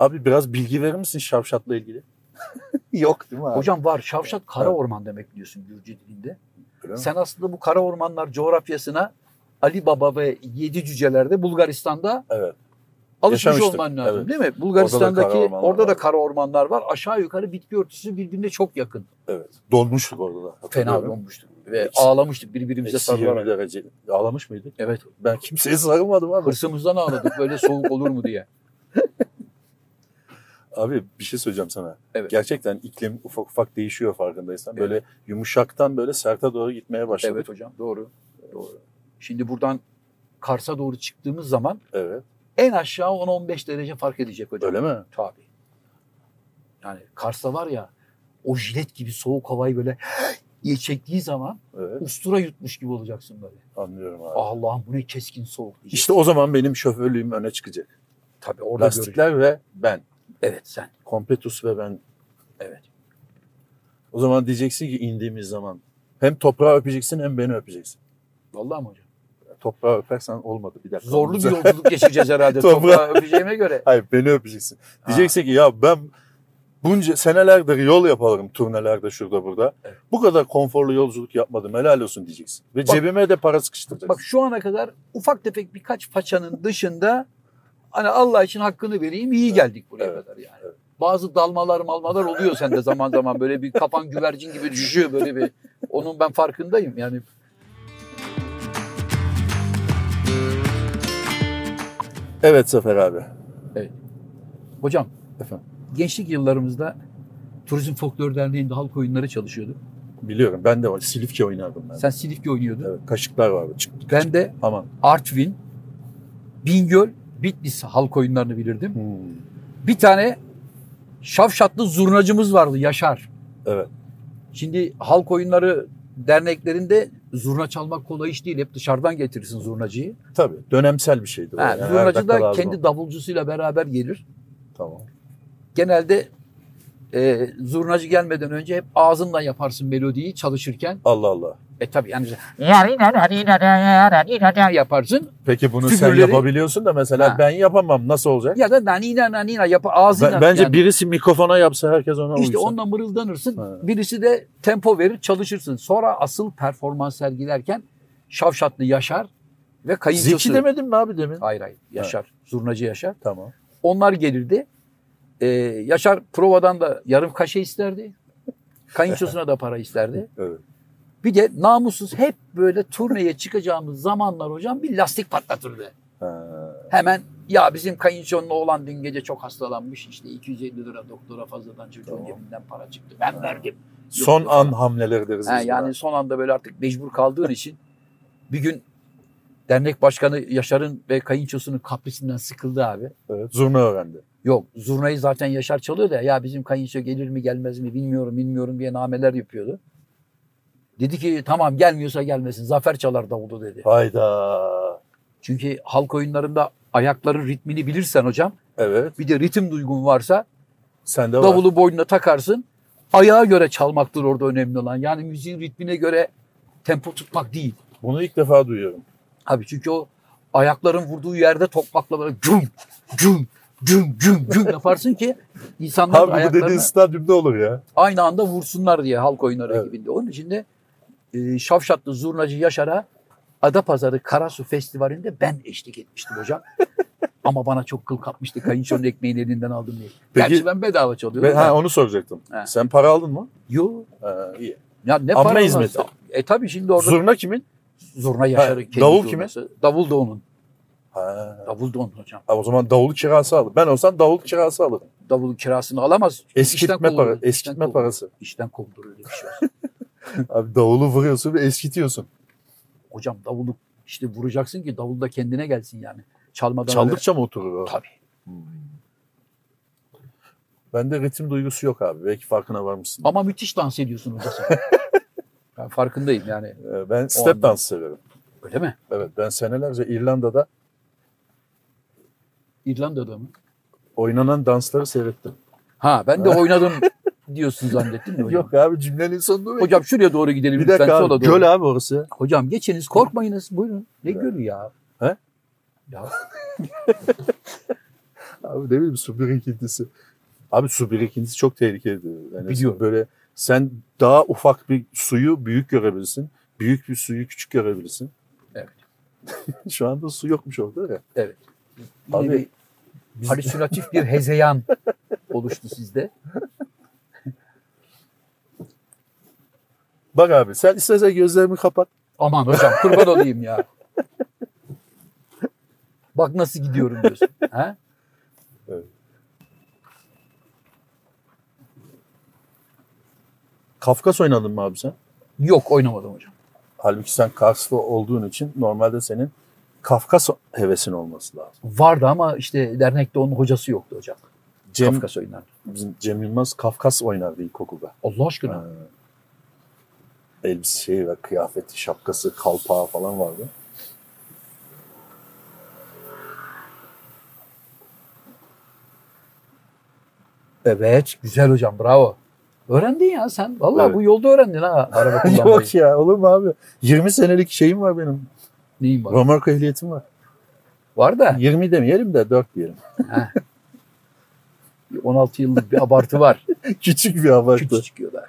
[SPEAKER 1] Abi biraz bilgi verir misin şavşatla ilgili? Yok değil mi abi?
[SPEAKER 2] Hocam var Şavşat Kara
[SPEAKER 1] Evet.
[SPEAKER 2] Orman demek biliyorsun Gürcü dilinde.
[SPEAKER 1] Öyle mi?
[SPEAKER 2] Sen aslında bu Kara Ormanlar coğrafyasına Ali Baba ve Yedi Cüceler'de Bulgaristan'da
[SPEAKER 1] Evet.
[SPEAKER 2] alışmış
[SPEAKER 1] Yaşamıştım,
[SPEAKER 2] olman lazım
[SPEAKER 1] evet.
[SPEAKER 2] değil mi? Bulgaristan'daki
[SPEAKER 1] kara
[SPEAKER 2] orada da,
[SPEAKER 1] ormanlar
[SPEAKER 2] kara, orada da
[SPEAKER 1] var.
[SPEAKER 2] kara ormanlar var. Aşağı yukarı bitki örtüsü birbirine çok yakın.
[SPEAKER 1] Evet. Donmuştuk orada da.
[SPEAKER 2] Fena
[SPEAKER 1] hatırlıyorum.
[SPEAKER 2] olmuştuk ve
[SPEAKER 1] Eksi-
[SPEAKER 2] ağlamıştık birbirimize
[SPEAKER 1] Eksi
[SPEAKER 2] sarılarak.
[SPEAKER 1] 20 derece. Ağlamış mıydık?
[SPEAKER 2] Evet.
[SPEAKER 1] Ben kimseye sarılmadım abi.
[SPEAKER 2] Hırsımızdan ağladık böyle soğuk olur mu diye.
[SPEAKER 1] Abi bir şey söyleyeceğim sana.
[SPEAKER 2] Evet.
[SPEAKER 1] Gerçekten iklim ufak ufak değişiyor farkındaysan.
[SPEAKER 2] Evet.
[SPEAKER 1] Böyle yumuşaktan böyle serte doğru gitmeye başladık.
[SPEAKER 2] Evet hocam doğru. Doğru. Şimdi buradan Kars'a doğru çıktığımız zaman
[SPEAKER 1] Evet.
[SPEAKER 2] en aşağı 10-15 derece fark edecek hocam.
[SPEAKER 1] Öyle mi?
[SPEAKER 2] Tabii. Yani Kars'ta var ya o jilet gibi soğuk havayı böyle diye çektiği zaman
[SPEAKER 1] Evet.
[SPEAKER 2] ustura yutmuş gibi olacaksın böyle.
[SPEAKER 1] Anlıyorum abi.
[SPEAKER 2] Allah'ım bu ne keskin soğuk diyeceksin.
[SPEAKER 1] İşte o zaman benim şoförlüğüm öne çıkacak.
[SPEAKER 2] tabii orada göreceksin.
[SPEAKER 1] Lastikler ve ben.
[SPEAKER 2] Evet sen.
[SPEAKER 1] Kompetus ve ben.
[SPEAKER 2] Evet.
[SPEAKER 1] O zaman diyeceksin ki indiğimiz zaman hem toprağı öpeceksin hem beni öpeceksin.
[SPEAKER 2] Vallahi mi hocam?
[SPEAKER 1] Toprağı öpersen olmadı bir dakika.
[SPEAKER 2] Zorlu bir yolculuk geçireceğiz herhalde.
[SPEAKER 1] Toprağı-
[SPEAKER 2] Toprağı öpeceğime göre.
[SPEAKER 1] Hayır beni öpeceksin. Diyeceksin ki ya ben bunca senelerdir yol yaparım turnelerde şurada burada.
[SPEAKER 2] Evet.
[SPEAKER 1] Bu kadar konforlu yolculuk yapmadım helal olsun diyeceksin. Ve
[SPEAKER 2] Bak-
[SPEAKER 1] cebime de para sıkıştıracaksın.
[SPEAKER 2] Bak şu ana kadar ufak tefek birkaç façanın dışında hani Allah için hakkını vereyim iyi geldik buraya
[SPEAKER 1] Evet,
[SPEAKER 2] kadar yani.
[SPEAKER 1] evet.
[SPEAKER 2] Bazı dalmalar malmalar oluyor sende zaman zaman böyle bir kafan güvercin gibi düşüyor böyle bir. Onun ben farkındayım yani.
[SPEAKER 1] Evet Zafer abi.
[SPEAKER 2] Hocam
[SPEAKER 1] Efendim
[SPEAKER 2] gençlik yıllarımızda Turizm Folklor Derneği'nde halk oyunları çalışıyordu.
[SPEAKER 1] biliyorum ben de o- Silifke oynardım ben.
[SPEAKER 2] Sen Silifke oynuyordun.
[SPEAKER 1] Evet, kaşıklar vardı. Çık,
[SPEAKER 2] Ben de
[SPEAKER 1] aman.
[SPEAKER 2] Artvin, Bingöl, Bitlis halk oyunlarını bilirdim. Bir tane şavşatlı zurnacımız vardı Yaşar.
[SPEAKER 1] Evet.
[SPEAKER 2] Şimdi halk oyunları derneklerinde Zurna çalmak kolay iş değil. Hep dışarıdan getirirsin zurnacıyı.
[SPEAKER 1] Tabii dönemsel bir şeydi. o
[SPEAKER 2] Ha,
[SPEAKER 1] yani. Her
[SPEAKER 2] zurnacı
[SPEAKER 1] dakika
[SPEAKER 2] da
[SPEAKER 1] lazım
[SPEAKER 2] kendi
[SPEAKER 1] o.
[SPEAKER 2] davulcusuyla beraber gelir.
[SPEAKER 1] Tamam.
[SPEAKER 2] Genelde e, zurnacı gelmeden önce hep ağzından yaparsın melodiyi çalışırken.
[SPEAKER 1] Allah Allah.
[SPEAKER 2] E tabii yani yaparsın
[SPEAKER 1] Peki bunu sen
[SPEAKER 2] Figürleri-
[SPEAKER 1] yapabiliyorsun da mesela
[SPEAKER 2] Ha.
[SPEAKER 1] ben yapamam. Nasıl olacak?
[SPEAKER 2] ya da nanina nanina yap ağzıyla.
[SPEAKER 1] Ben- bence
[SPEAKER 2] yani.
[SPEAKER 1] birisi mikrofona yapsa herkes ona
[SPEAKER 2] İşte
[SPEAKER 1] uysa.
[SPEAKER 2] onunla mırıldanırsın.
[SPEAKER 1] Ha.
[SPEAKER 2] Birisi de tempo verir çalışırsın. Sonra asıl performans sergilerken Şavşatlı Yaşar ve kayıncısı.
[SPEAKER 1] Zeki demedim mi abi demin?
[SPEAKER 2] Hayır hayır Yaşar. Zurnacı Yaşar.
[SPEAKER 1] Tamam.
[SPEAKER 2] Onlar gelirdi. Ee, Yaşar provadan da yarım kaşe isterdi. Kayınçosuna da para isterdi.
[SPEAKER 1] Evet.
[SPEAKER 2] Bir de namussuz hep böyle turneye çıkacağımız zamanlar hocam bir lastik patlatırdı.
[SPEAKER 1] Ha.
[SPEAKER 2] Hemen ya bizim kayınçonun oğlan dün gece çok hastalanmış işte 250 lira doktora fazladan çocuğun
[SPEAKER 1] Tamam.
[SPEAKER 2] cebinden para çıktı. Ben
[SPEAKER 1] Ha.
[SPEAKER 2] verdim.
[SPEAKER 1] Son
[SPEAKER 2] Yok.
[SPEAKER 1] an hamleleri deriz.
[SPEAKER 2] Ha,
[SPEAKER 1] biz
[SPEAKER 2] yani son anda böyle artık mecbur kaldığın için bir gün dernek başkanı Yaşar'ın ve kayınçosunun kaprisinden sıkıldı abi.
[SPEAKER 1] buna. Evet. Zurna öğrendi.
[SPEAKER 2] Yok zurnayı zaten Yaşar çalıyor da ya bizim kayınço gelir mi gelmez mi bilmiyorum bilmiyorum diye nameler yapıyordu. Dedi ki tamam gelmiyorsa gelmesin Zafer çalar davulu dedi.
[SPEAKER 1] Hayda.
[SPEAKER 2] Çünkü halk oyunlarında ayakların ritmini bilirsen hocam
[SPEAKER 1] Evet.
[SPEAKER 2] bir de ritim duygun varsa
[SPEAKER 1] Sen de var.
[SPEAKER 2] davulu boynuna takarsın. Ayağa göre çalmaktır orada önemli olan. Yani müziğin ritmine göre tempo tutmak değil.
[SPEAKER 1] Bunu ilk defa duyuyorum.
[SPEAKER 2] Abi çünkü o ayakların vurduğu yerde tokmakla böyle güm güm güm güm güm yaparsın ki insanlar
[SPEAKER 1] Abi
[SPEAKER 2] da
[SPEAKER 1] bu dediğin
[SPEAKER 2] ayaklarını
[SPEAKER 1] stadyumda olur ya.
[SPEAKER 2] aynı anda vursunlar diye halk oyunları
[SPEAKER 1] Evet.
[SPEAKER 2] ekibinde. Onun için de e, Şavşatlı Zurnacı Yaşar'a Adapazarı Karasu Festivali'nde ben eşlik etmiştim hocam. Ama bana çok kıl kapmıştı. Kayınçonun ekmeğini elinden aldım diye.
[SPEAKER 1] Peki-
[SPEAKER 2] Gerçi ben bedava çalıyordum.
[SPEAKER 1] Ben, ha,
[SPEAKER 2] da.
[SPEAKER 1] onu soracaktım.
[SPEAKER 2] Ha.
[SPEAKER 1] Sen para aldın mı?
[SPEAKER 2] Yo.
[SPEAKER 1] Ha, iyi.
[SPEAKER 2] Ya ne
[SPEAKER 1] Amma
[SPEAKER 2] para
[SPEAKER 1] hizmeti.
[SPEAKER 2] E tabii şimdi orada
[SPEAKER 1] Zurna kimin?
[SPEAKER 2] Zurna Yaşar'ın kendi
[SPEAKER 1] davul
[SPEAKER 2] zurnası. Davul da onun.
[SPEAKER 1] Ha.
[SPEAKER 2] Davul da onun hocam.
[SPEAKER 1] Abi o zaman davul kirası alır. Ben olsam davul kirası alırım.
[SPEAKER 2] Davulun kirasını alamaz.
[SPEAKER 1] Eskitme,
[SPEAKER 2] kovulur,
[SPEAKER 1] para,
[SPEAKER 2] işten
[SPEAKER 1] eskitme
[SPEAKER 2] kovulur.
[SPEAKER 1] parası.
[SPEAKER 2] İşten kovulur öyle bir şey.
[SPEAKER 1] Abi davulu vuruyorsun ve eskitiyorsun.
[SPEAKER 2] Hocam davulu işte vuracaksın ki davul da kendine gelsin yani. Çalmadan öyle-
[SPEAKER 1] Çaldıkça mı oturur o? Hmm.
[SPEAKER 2] Tabii.
[SPEAKER 1] Bende ritim duygusu yok abi. Belki farkına varmışsın.
[SPEAKER 2] Ama müthiş dans ediyorsun orada sen. ben farkındayım yani.
[SPEAKER 1] Ee, Ben step
[SPEAKER 2] anda.
[SPEAKER 1] dans severim.
[SPEAKER 2] Öyle mi?
[SPEAKER 1] Evet ben senelerce İrlanda'da
[SPEAKER 2] İrlanda'da mı?
[SPEAKER 1] oynanan dansları seyrettim.
[SPEAKER 2] Ha ben de oynadım diyorsun zannettim de hocam.
[SPEAKER 1] Yok abi cümlenin sonunu bekle.
[SPEAKER 2] Hocam şuraya doğru gidelim
[SPEAKER 1] Bir
[SPEAKER 2] lütfen
[SPEAKER 1] dakika
[SPEAKER 2] sola
[SPEAKER 1] abi,
[SPEAKER 2] doğru.
[SPEAKER 1] göl abi orası.
[SPEAKER 2] Hocam geçiniz korkmayınız buyurun. Ne
[SPEAKER 1] Evet.
[SPEAKER 2] gölü ya?
[SPEAKER 1] He?
[SPEAKER 2] Ya
[SPEAKER 1] Abi ne bileyim su birikintisi. Abi su birikintisi çok tehlikelidir. Yani
[SPEAKER 2] Biliyorum.
[SPEAKER 1] Böyle sen daha ufak bir suyu büyük görebilirsin. Büyük bir suyu küçük görebilirsin.
[SPEAKER 2] Evet.
[SPEAKER 1] Şu anda su yokmuş orada ya.
[SPEAKER 2] yine
[SPEAKER 1] Abi,
[SPEAKER 2] bir halüsinatif bir hezeyan oluştu sizde.
[SPEAKER 1] Bak abi sen istersen gözlerimi kapat.
[SPEAKER 2] Aman hocam kurban olayım ya. Bak nasıl gidiyorum diyorsun. Ha?
[SPEAKER 1] Evet. Kafkas oynadın mı abi sen?
[SPEAKER 2] Yok oynamadım hocam.
[SPEAKER 1] Halbuki sen Karslı olduğun için normalde senin Kafkas hevesin olması lazım.
[SPEAKER 2] Vardı ama işte dernekte onun hocası yoktu hocam.
[SPEAKER 1] Cem,
[SPEAKER 2] Kafkas oyunları.
[SPEAKER 1] Bizim Cem Yılmaz Kafkas oynardı ilkokulda.
[SPEAKER 2] Allah aşkına.
[SPEAKER 1] Ha. Elbise şey ve kıyafeti, şapkası, kalpağı falan vardı.
[SPEAKER 2] Evet, güzel hocam, bravo. Öğrendin ya sen. Vallahi
[SPEAKER 1] Evet.
[SPEAKER 2] bu yolda öğrendin ha araba kullanmayı.
[SPEAKER 1] Yok ya olur mu abi? 20 senelik şeyim var benim.
[SPEAKER 2] Neyin var?
[SPEAKER 1] Romarka ehliyetim var.
[SPEAKER 2] Var da
[SPEAKER 1] 20 demeyelim de 4 diyelim.
[SPEAKER 2] bir 16 yıllık bir abartı var.
[SPEAKER 1] Küçük bir abartı.
[SPEAKER 2] Küçük çıkıyor da.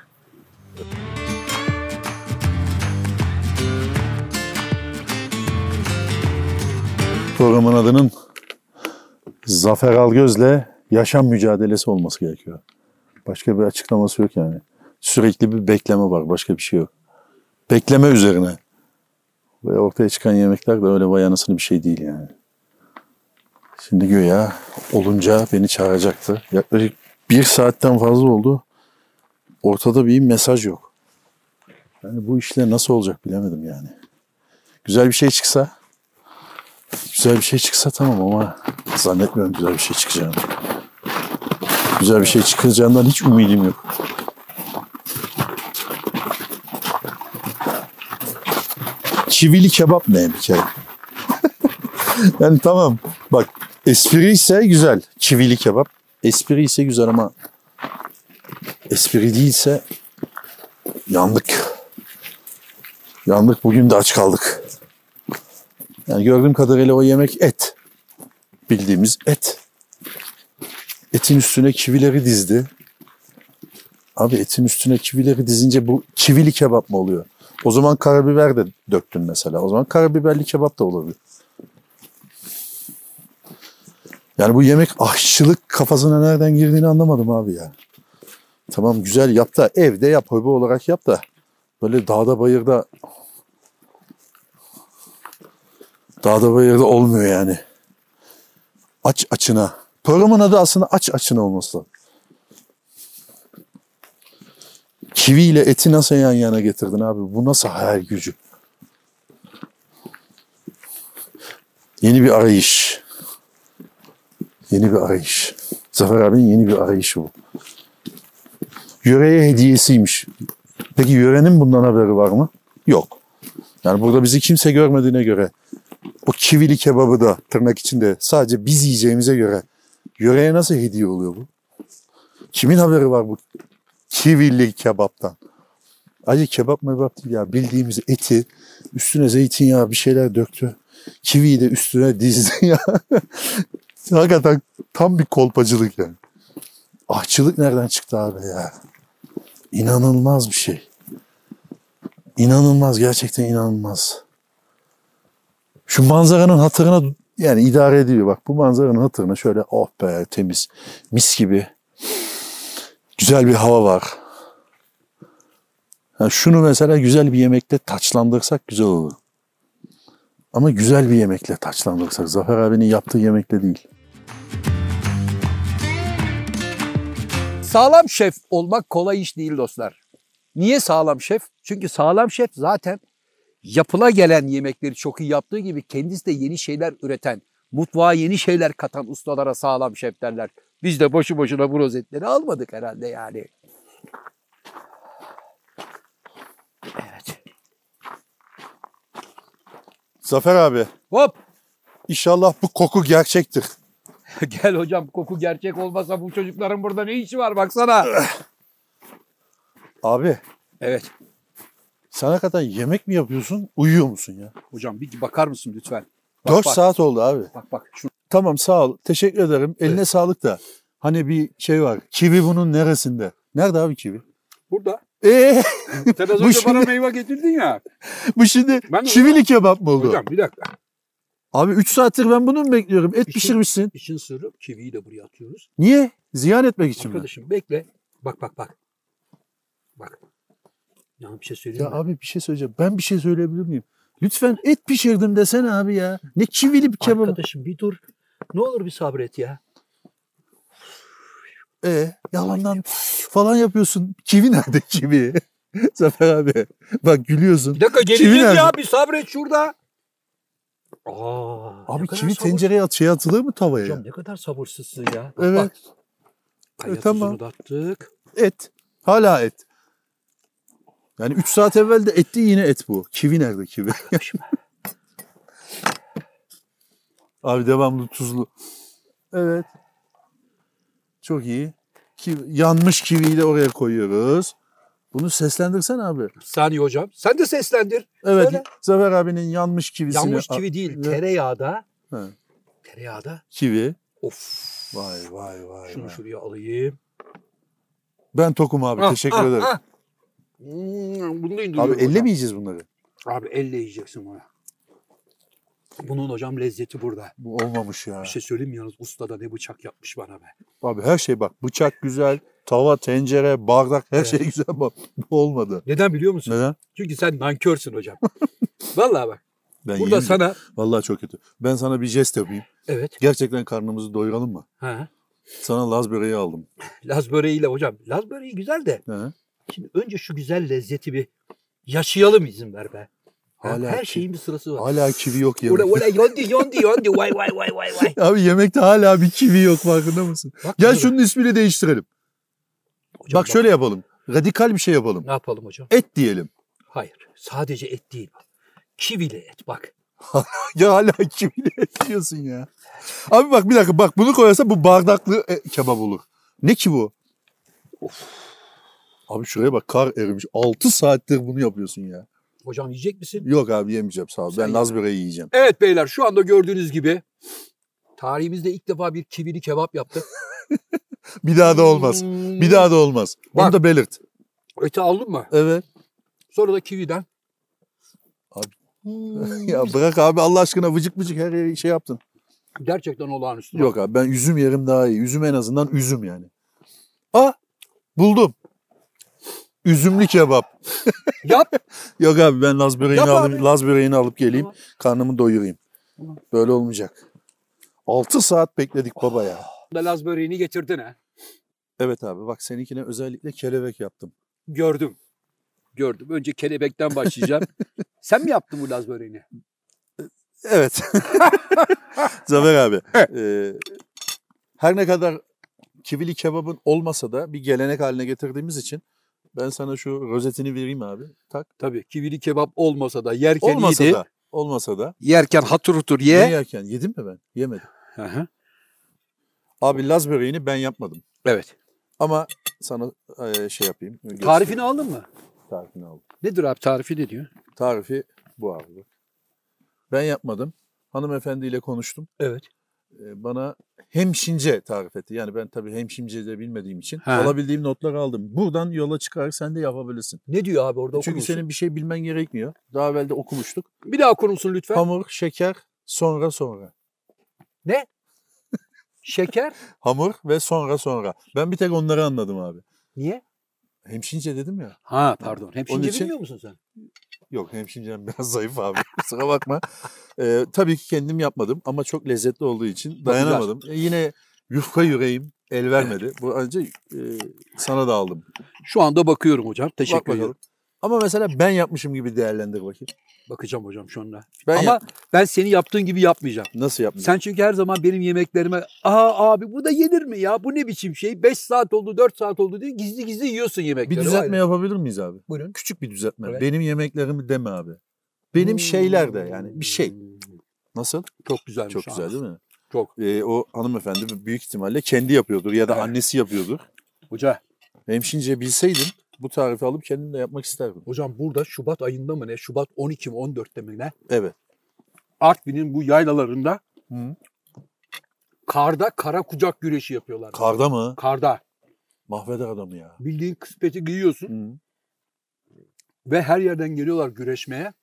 [SPEAKER 1] Programın adının Zafer Algöz'le yaşam mücadelesi olması gerekiyor. Başka bir açıklaması yok yani. Sürekli bir bekleme var. Başka bir şey yok. Bekleme üzerine. Ve ortaya çıkan yemekler de öyle vay anasını bir şey değil yani. Şimdi güya olunca beni çağıracaktı. Yaklaşık bir saatten fazla oldu. Ortada bir mesaj yok. Yani bu işler nasıl olacak bilemedim yani. Güzel bir şey çıksa Güzel bir şey çıksa tamam ama zannetmiyorum güzel bir şey çıkacağını. Güzel bir şey çıkacağından hiç ümidim yok. Şivili kebap ne bir kere? yani tamam bak espri ise güzel. Çivili kebap. Espri ise güzel ama espri değilse yandık. Yandık bugün de aç kaldık. Yani gördüğüm kadarıyla o yemek et. Bildiğimiz et. Etin üstüne kivileri dizdi. Abi etin üstüne kivileri dizince bu kivili kebap mı oluyor? O zaman karabiber de döktün mesela. O zaman karabiberli kebap da olabilir. Yani bu yemek aşçılık kafasına nereden girdiğini anlamadım abi ya. Tamam güzel yap da evde yap hobi olarak yap da böyle dağda bayırda dağda bayırda olmuyor yani. Aç açına. Programın adı aslında aç açına olması lazım. Kivi ile eti nasıl yan yana getirdin abi? Bu nasıl hayal gücü? Yeni bir arayış. Yeni bir arayış. Zafer abinin yeni bir arayışı bu. Yöreye hediyesiymiş. Peki yörenin bundan haberi var mı? Yok. Yani burada bizi kimse görmediğine göre o kivili kebabı da tırnak içinde sadece biz yiyeceğimize göre yöreye nasıl hediye oluyor bu? Kimin haberi var bu kivili kebaptan? Acı kebap mebap değil ya bildiğimiz eti üstüne zeytinyağı bir şeyler döktü. Kiviyi de üstüne dizdi ya. Hakikaten tam bir kolpacılık yani. Ahçılık nereden çıktı abi ya? İnanılmaz bir şey. İnanılmaz gerçekten inanılmaz. Şu manzaranın hatırına yani idare ediyor bak bu manzaranın hatırına şöyle oh be temiz mis gibi güzel bir hava var. Ha, şunu mesela güzel bir yemekle taçlandırsak güzel olur. Ama güzel bir yemekle taçlandırsak Zafer abinin yaptığı yemekle değil.
[SPEAKER 3] Sağlam şef olmak kolay iş değil dostlar. Niye sağlam şef? Çünkü sağlam şef zaten yapıla gelen yemekleri çok iyi yaptığı gibi kendisi de yeni şeyler üreten, mutfağa yeni şeyler katan ustalara sağlam şef derler. Biz de boşu boşuna bu rozetleri almadık herhalde yani. Evet.
[SPEAKER 1] Zafer abi
[SPEAKER 3] Hop!
[SPEAKER 1] inşallah bu koku gerçektir.
[SPEAKER 3] Gel hocam koku gerçek olmasa bu çocukların burada ne işi var baksana.
[SPEAKER 1] Abi
[SPEAKER 3] Evet
[SPEAKER 1] sen hakikaten yemek mi yapıyorsun uyuyor musun ya?
[SPEAKER 3] hocam bir bakar mısın lütfen? Bak,
[SPEAKER 1] 4
[SPEAKER 3] bak,
[SPEAKER 1] saat oldu abi.
[SPEAKER 3] Bak bak şu
[SPEAKER 1] Tamam sağ ol. Teşekkür ederim. Eline sağlık da. Hani bir şey var. Kivi bunun neresinde? Nerede abi kivi?
[SPEAKER 2] Burada.
[SPEAKER 1] Ee,
[SPEAKER 2] Sen
[SPEAKER 1] Bu
[SPEAKER 2] az önce
[SPEAKER 1] şimdi-
[SPEAKER 2] bana meyve getirdin ya.
[SPEAKER 1] bu şimdi
[SPEAKER 2] Ben de-
[SPEAKER 1] çivili kebap mı oldu?
[SPEAKER 2] Hocam bir dakika.
[SPEAKER 1] Abi 3 saattir ben bunu mu bekliyorum? Et
[SPEAKER 2] İşte-
[SPEAKER 1] pişirmişsin.
[SPEAKER 2] İçin sırrı kiviyi de buraya atıyoruz.
[SPEAKER 1] Niye? Ziyan etmek için mi?
[SPEAKER 2] Arkadaşım bekle. Bak bak bak. Bak. Ya bir şey söyleyeyim
[SPEAKER 1] Ya
[SPEAKER 2] mi?
[SPEAKER 1] abi bir şey söyleyeceğim. Ben bir şey söyleyebilir miyim? Lütfen et pişirdim desene abi ya. Ne çivili bir kebap.
[SPEAKER 2] Arkadaşım bir dur. Ne olur bir sabret ya.
[SPEAKER 1] Ee, yalandan falan yapıyorsun. Kivi nerede kivi? Zafer abi. Bak gülüyorsun.
[SPEAKER 2] Bir dakika
[SPEAKER 1] geleceğiz
[SPEAKER 2] geleceğiz
[SPEAKER 1] nerede?
[SPEAKER 2] ya bir sabret şurada. Aa, ne
[SPEAKER 1] Abi
[SPEAKER 2] kadar
[SPEAKER 1] kivi
[SPEAKER 2] sabır-
[SPEAKER 1] tencereye at, şey atılır mı tavaya?
[SPEAKER 2] Hocam ne kadar sabırsızsın ya. Bak,
[SPEAKER 1] Evet.
[SPEAKER 2] Bak, kaya
[SPEAKER 1] E, tamam.
[SPEAKER 2] tuzunu da attık.
[SPEAKER 1] Et. Hala et. Yani 3 saat evvel de etti yine et bu. Kivi nerede kivi? Abi devamlı tuzlu. Evet. Çok iyi. Kivi, yanmış kiviyi de oraya koyuyoruz. Bunu seslendirsen abi.
[SPEAKER 2] Bir saniye hocam. Sen de seslendir.
[SPEAKER 1] Evet.
[SPEAKER 2] Söyle.
[SPEAKER 1] Zafer abinin yanmış kivisini.
[SPEAKER 2] Yanmış
[SPEAKER 1] a-
[SPEAKER 2] kivi değil.
[SPEAKER 1] ne?
[SPEAKER 2] Tereyağda.
[SPEAKER 1] He.
[SPEAKER 2] Tereyağda.
[SPEAKER 1] Kivi.
[SPEAKER 2] Of.
[SPEAKER 1] Vay vay vay.
[SPEAKER 2] Şunu
[SPEAKER 1] vay.
[SPEAKER 2] şuraya alayım.
[SPEAKER 1] Ben tokum abi.
[SPEAKER 2] Ah,
[SPEAKER 1] Teşekkür
[SPEAKER 2] ah,
[SPEAKER 1] ederim.
[SPEAKER 2] ah. Hmm, bunu da indiriyorum
[SPEAKER 1] Abi elle
[SPEAKER 2] hocam.
[SPEAKER 1] mi yiyeceğiz bunları?
[SPEAKER 2] Abi elle yiyeceksin bunu. Bunun hocam lezzeti burada.
[SPEAKER 1] Bu olmamış ya.
[SPEAKER 2] Bir şey söyleyeyim mi yalnız usta da ne bıçak yapmış bana be.
[SPEAKER 1] Abi her şey bak bıçak güzel, tava, tencere, bardak her
[SPEAKER 2] Evet.
[SPEAKER 1] şey güzel ama bu olmadı.
[SPEAKER 2] Neden biliyor musun?
[SPEAKER 1] Neden?
[SPEAKER 2] Çünkü sen nankörsün hocam. Vallahi bak.
[SPEAKER 1] Ben
[SPEAKER 2] Burada
[SPEAKER 1] yiyeyim mi?
[SPEAKER 2] sana
[SPEAKER 1] Vallahi çok kötü. Ben sana bir jest yapayım.
[SPEAKER 2] evet.
[SPEAKER 1] Gerçekten karnımızı doyuralım mı?
[SPEAKER 2] Ha.
[SPEAKER 1] Sana Laz böreği aldım.
[SPEAKER 2] Laz böreğiyle hocam. Laz böreği güzel de
[SPEAKER 1] He.
[SPEAKER 2] şimdi önce şu güzel lezzeti bir yaşayalım izin ver be. Ha,
[SPEAKER 1] Hala
[SPEAKER 2] Her
[SPEAKER 1] ki-
[SPEAKER 2] şeyin bir sırası var.
[SPEAKER 1] Hala şey- kivi yok
[SPEAKER 2] Ula
[SPEAKER 1] yemekte.
[SPEAKER 2] ula yondi yondi yondi vay vay vay vay vay.
[SPEAKER 1] Abi yemekte hala bir kivi yok farkında mısın?
[SPEAKER 2] Bak
[SPEAKER 1] Gel
[SPEAKER 2] burada-
[SPEAKER 1] şunun ismini değiştirelim.
[SPEAKER 2] Hocam
[SPEAKER 1] bak şöyle yapalım. Radikal bir şey yapalım.
[SPEAKER 2] Ne yapalım hocam?
[SPEAKER 1] Et diyelim.
[SPEAKER 2] Hayır. Sadece et değil. Kivili et bak.
[SPEAKER 1] Ya hala kimle diyorsun ya. Abi bak bir dakika bak bunu koyarsa bu bardaklı e, kebap olur. Ne ki bu? Abi şuraya bak kar erimiş. 6 saattir bunu yapıyorsun ya.
[SPEAKER 2] Hocam yiyecek misin?
[SPEAKER 1] Yok abi yemeyeceğim sağ ol.
[SPEAKER 2] Sen
[SPEAKER 1] Ben Laz böreği yiyeceğim.
[SPEAKER 2] Evet beyler şu anda gördüğünüz gibi tarihimizde ilk defa bir kivili kebap yaptık.
[SPEAKER 1] Bir daha da olmaz. Bir daha da olmaz.
[SPEAKER 2] Bak.
[SPEAKER 1] Onu da belirt.
[SPEAKER 2] Öte aldın mı?
[SPEAKER 1] Evet.
[SPEAKER 2] Sonra da kividen.
[SPEAKER 1] Ya bırak abi Allah aşkına vıcık vıcık her yeri şey yaptın.
[SPEAKER 2] Gerçekten olağanüstü.
[SPEAKER 1] Yok abi ben üzüm yerim daha iyi. Üzüm en azından üzüm yani. Aa buldum. Üzümlü kebap.
[SPEAKER 2] Yap.
[SPEAKER 1] Yok abi ben Laz böreğini,
[SPEAKER 2] Yap
[SPEAKER 1] alıp,
[SPEAKER 2] abi.
[SPEAKER 1] Laz böreğini alıp geleyim. Karnımı doyurayım. Böyle olmayacak. 6 saat bekledik baba ya.
[SPEAKER 2] Da Laz böreğini getirdin ha.
[SPEAKER 1] Evet abi bak seninkine özellikle kelebek yaptım.
[SPEAKER 2] Gördüm. Gördüm. Önce kelebekten başlayacağım. Sen mi yaptın bu Laz böreğini?
[SPEAKER 1] Evet. Zafer abi. e, her ne kadar kivili kebabın olmasa da bir gelenek haline getirdiğimiz için ben sana şu rozetini vereyim abi. Tak.
[SPEAKER 2] Tabii kivili kebap olmasa da yerken
[SPEAKER 1] Olmasa
[SPEAKER 2] iyiydi.
[SPEAKER 1] da. Olmasa da.
[SPEAKER 2] Yerken hatır hutur
[SPEAKER 1] Ne
[SPEAKER 2] ye.
[SPEAKER 1] yerken? Yedim mi ben? Yemedim.
[SPEAKER 2] Hı hı.
[SPEAKER 1] Abi Laz böreğini ben yapmadım.
[SPEAKER 2] Evet.
[SPEAKER 1] Ama sana e, şey yapayım. göstereyim.
[SPEAKER 2] Tarifini aldın mı?
[SPEAKER 1] Tarifini aldım.
[SPEAKER 2] Nedir abi tarifi ne diyor?
[SPEAKER 1] Tarifi bu abi. Ben yapmadım. Hanımefendiyle konuştum.
[SPEAKER 2] Evet.
[SPEAKER 1] E, bana hemşince tarif etti. Yani ben tabii hemşince de bilmediğim için
[SPEAKER 2] Ha.
[SPEAKER 1] alabildiğim notları aldım. Buradan yola çıkarak sen de yapabilirsin.
[SPEAKER 2] Ne diyor abi orada okur
[SPEAKER 1] Çünkü
[SPEAKER 2] musun?
[SPEAKER 1] senin bir şey bilmen gerekmiyor. Daha evvel de okumuştuk.
[SPEAKER 2] Bir daha okur musun lütfen?
[SPEAKER 1] Hamur, şeker, sonra sonra.
[SPEAKER 2] Şeker.
[SPEAKER 1] Hamur ve sonra sonra. Ben bir tek onları anladım abi.
[SPEAKER 2] Niye?
[SPEAKER 1] Hemşince dedim ya.
[SPEAKER 2] Ha pardon. Hemşince
[SPEAKER 1] için-
[SPEAKER 2] bilmiyor musun sen?
[SPEAKER 1] Yok hemşincem biraz zayıf abi. Kusura bakma. Ee, tabii ki kendim yapmadım ama çok lezzetli olduğu için dayanamadım. E, yine yufka yüreğim el vermedi. Bu ancak e, sana da aldım.
[SPEAKER 2] Şu anda bakıyorum hocam.
[SPEAKER 1] Bak
[SPEAKER 2] Teşekkür
[SPEAKER 1] bakalım.
[SPEAKER 2] ederim.
[SPEAKER 1] Ama mesela ben yapmışım gibi değerlendir bakayım.
[SPEAKER 2] Bakacağım hocam şu anda.
[SPEAKER 1] Ben
[SPEAKER 2] Ama
[SPEAKER 1] yap-
[SPEAKER 2] ben seni yaptığın gibi yapmayacağım.
[SPEAKER 1] nasıl yapmışım?
[SPEAKER 2] Sen çünkü her zaman benim yemeklerime aa abi bu da yenir mi ya? Bu ne biçim şey? 5 saat oldu 4 saat oldu diye gizli gizli yiyorsun yemekleri.
[SPEAKER 1] bir
[SPEAKER 2] O
[SPEAKER 1] düzeltme
[SPEAKER 2] ayrı.
[SPEAKER 1] yapabilir miyiz abi?
[SPEAKER 2] Buyurun.
[SPEAKER 1] Küçük bir düzeltme.
[SPEAKER 2] Evet.
[SPEAKER 1] Benim yemeklerimi deme abi. Benim şeyler de yani bir şey. Nasıl?
[SPEAKER 2] Hmm. Çok Hmm. güzelmiş.
[SPEAKER 1] Çok güzel değil mi?
[SPEAKER 2] Çok.
[SPEAKER 1] Ee, o hanımefendi büyük ihtimalle kendi yapıyordur ya da
[SPEAKER 2] Evet.
[SPEAKER 1] annesi yapıyordur.
[SPEAKER 2] Hoca,
[SPEAKER 1] Hemşince bilseydim bu tarifi alıp kendim de yapmak isterdim.
[SPEAKER 2] hocam burada Şubat ayında mı ne? Şubat 12 mi 14'te mi ne?
[SPEAKER 1] Evet.
[SPEAKER 2] Artvin'in bu yaylalarında
[SPEAKER 1] Hı.
[SPEAKER 2] karda kara kucak güreşi yapıyorlar.
[SPEAKER 1] Karda mı?
[SPEAKER 2] karda.
[SPEAKER 1] Mahveder adamı ya.
[SPEAKER 2] Bildiğin kıspeti giyiyorsun ve her yerden geliyorlar güreşmeye.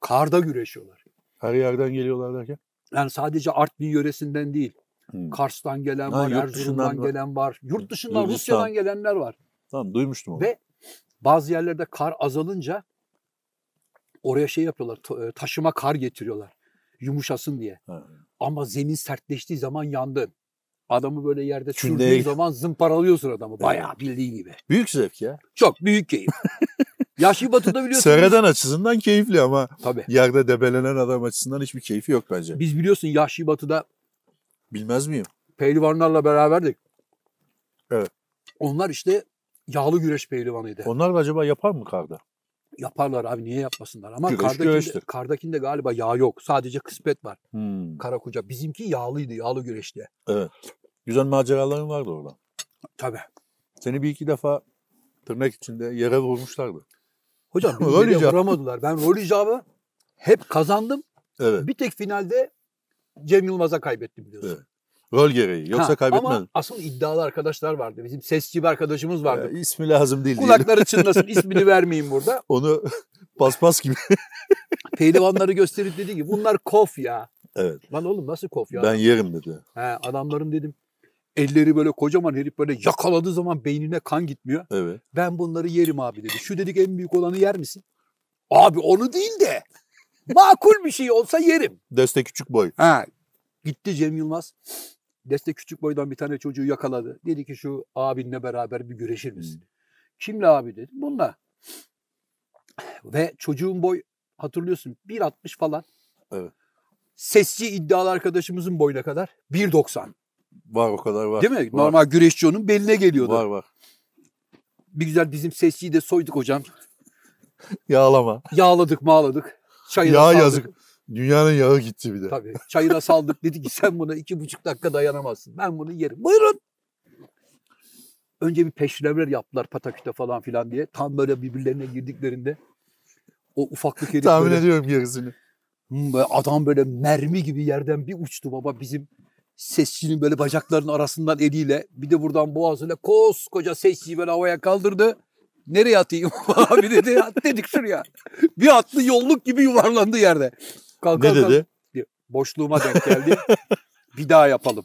[SPEAKER 2] Karda güreşiyorlar.
[SPEAKER 1] Her yerden geliyorlar derken.
[SPEAKER 2] Yani sadece Artvin yöresinden değil.
[SPEAKER 1] Hmm.
[SPEAKER 2] Kars'tan gelen
[SPEAKER 1] Ha,
[SPEAKER 2] var,
[SPEAKER 1] yurt
[SPEAKER 2] Erzurum'dan
[SPEAKER 1] dışından var.
[SPEAKER 2] gelen var. Yurt dışından,
[SPEAKER 1] Gürcistan.
[SPEAKER 2] Rusya'dan gelenler var.
[SPEAKER 1] Tamam duymuştum onu.
[SPEAKER 2] Ve- Bazı yerlerde kar azalınca oraya şey yapıyorlar. ta- e, Taşıma kar getiriyorlar. Yumuşasın diye.
[SPEAKER 1] Ha.
[SPEAKER 2] Ama zemin sertleştiği zaman yandın. Adamı böyle yerde
[SPEAKER 1] Çünkü
[SPEAKER 2] sürdüğün
[SPEAKER 1] değil.
[SPEAKER 2] zaman zımparalıyorsun adamı. Bayağı bildiğin gibi.
[SPEAKER 1] Büyük zevk ya.
[SPEAKER 2] Çok büyük keyif. Yaşı Batı'da biliyorsun.
[SPEAKER 1] Sereden açısından keyifli ama
[SPEAKER 2] Tabii.
[SPEAKER 1] yerde debelenen adam açısından hiçbir keyfi yok bence.
[SPEAKER 2] Biz biliyorsun Yahşi Batı'da
[SPEAKER 1] Bilmez miyim?
[SPEAKER 2] pehlivanlarla beraberdik.
[SPEAKER 1] Evet.
[SPEAKER 2] Onlar işte yağlı güreş pehlivanıydı.
[SPEAKER 1] Onlar da acaba yapar mı karda?
[SPEAKER 2] Yaparlar abi niye yapmasınlar ama
[SPEAKER 1] Güreş
[SPEAKER 2] kardakinde,
[SPEAKER 1] güreştir.
[SPEAKER 2] kardakinde galiba yağ yok. Sadece kısmet var.
[SPEAKER 1] Hmm.
[SPEAKER 2] Karakuca bizimki yağlıydı yağlı güreşti.
[SPEAKER 1] Güzel maceraların vardı orada.
[SPEAKER 2] Tabii.
[SPEAKER 1] Seni bir iki defa tırnak içinde yere vurmuşlardı.
[SPEAKER 2] Hocam
[SPEAKER 1] Rol
[SPEAKER 2] beni
[SPEAKER 1] icabı.
[SPEAKER 2] vuramadılar. Ben rol icabı hep kazandım.
[SPEAKER 1] Evet.
[SPEAKER 2] Bir tek finalde Cem Yılmaz'a kaybettim biliyorsun.
[SPEAKER 1] Evet. Rol gereği. Yoksa
[SPEAKER 2] Ha, Ama
[SPEAKER 1] kaybetmez.
[SPEAKER 2] asıl iddialı arkadaşlar vardı. Bizim sesçi bir arkadaşımız vardı.
[SPEAKER 1] Ee, ismi lazım değil. diyelim.
[SPEAKER 2] Kulakları çınlasın ismini vermeyeyim burada.
[SPEAKER 1] Onu paspas gibi.
[SPEAKER 2] Pehlivanları gösterip dedi ki bunlar kof ya.
[SPEAKER 1] Evet.
[SPEAKER 2] Lan oğlum nasıl kof ya?
[SPEAKER 1] Ben yerim dedi.
[SPEAKER 2] He, adamların dedim elleri böyle kocaman herif böyle yakaladığı zaman beynine kan gitmiyor.
[SPEAKER 1] Evet.
[SPEAKER 2] Ben bunları yerim abi dedi. Şu dedik en büyük olanı yer misin? Abi onu değil de makul bir şey olsa yerim.
[SPEAKER 1] Deste küçük boy.
[SPEAKER 2] Ha. Gitti Cem Yılmaz. Deste küçük boydan bir tane çocuğu yakaladı. Dedi ki şu abinle beraber bir güreşir misin?
[SPEAKER 1] Hmm.
[SPEAKER 2] Kimle abi dedi. Bununla. Ve çocuğun boy hatırlıyorsun 1.60 falan.
[SPEAKER 1] Evet.
[SPEAKER 2] Sesçi iddialı arkadaşımızın boyuna kadar 1.90.
[SPEAKER 1] Var o kadar var.
[SPEAKER 2] Değil mi?
[SPEAKER 1] Var.
[SPEAKER 2] Normal güreşçi onun beline geliyordu.
[SPEAKER 1] Var var.
[SPEAKER 2] Bir güzel bizim sesçiyi de soyduk hocam.
[SPEAKER 1] Yağlama.
[SPEAKER 2] Yağladık mağladık. Çayıra
[SPEAKER 1] Yağ
[SPEAKER 2] saldık.
[SPEAKER 1] yazık. Dünyanın yağı gitti bir de.
[SPEAKER 2] Tabii. Çayıra saldık. Dedi ki sen buna iki buçuk dakika dayanamazsın. Ben bunu yerim. Buyurun. Önce bir peşrevler yaptılar pataküte falan filan diye. Tam böyle birbirlerine girdiklerinde o ufaklık herif
[SPEAKER 1] Tahmin
[SPEAKER 2] böyle,
[SPEAKER 1] ediyorum gerisini.
[SPEAKER 2] Hmm, böyle adam böyle mermi gibi yerden bir uçtu baba bizim sesçinin böyle bacaklarının arasından eliyle bir de buradan boğazıyla koskoca sesçiyi böyle havaya kaldırdı. Nereye atayım abi dedi. At dedik şuraya. Bir attı yolluk gibi yuvarlandı yerde. Kalk,
[SPEAKER 1] Ne
[SPEAKER 2] kalk, kalk
[SPEAKER 1] dedi?
[SPEAKER 2] diye. Boşluğuma denk geldi. bir daha yapalım.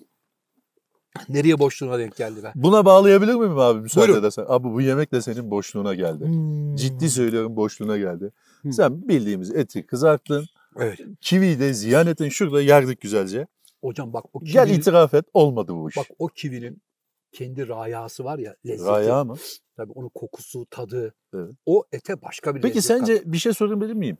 [SPEAKER 2] Nereye boşluğuna denk geldi be?
[SPEAKER 1] Buna bağlayabilir miyim abi müsaade
[SPEAKER 2] Buyurun.
[SPEAKER 1] edersen? Abi bu yemek de senin boşluğuna geldi. Ciddi söylüyorum boşluğuna geldi.
[SPEAKER 2] Hmm.
[SPEAKER 1] Sen bildiğimiz eti kızarttın.
[SPEAKER 2] Evet.
[SPEAKER 1] Kiviyi de ziyan ettin. Şurada yerdik güzelce.
[SPEAKER 2] Hocam bak o
[SPEAKER 1] Gel
[SPEAKER 2] kivinin,
[SPEAKER 1] itiraf et. Olmadı bu iş.
[SPEAKER 2] bak o kivinin kendi rayası var ya lezzeti.
[SPEAKER 1] Raya mı?
[SPEAKER 2] Tabii onun kokusu, tadı.
[SPEAKER 1] Evet.
[SPEAKER 2] O ete başka bir
[SPEAKER 1] Peki
[SPEAKER 2] lezzet kattı.
[SPEAKER 1] sence bir şey sorabilir miyim?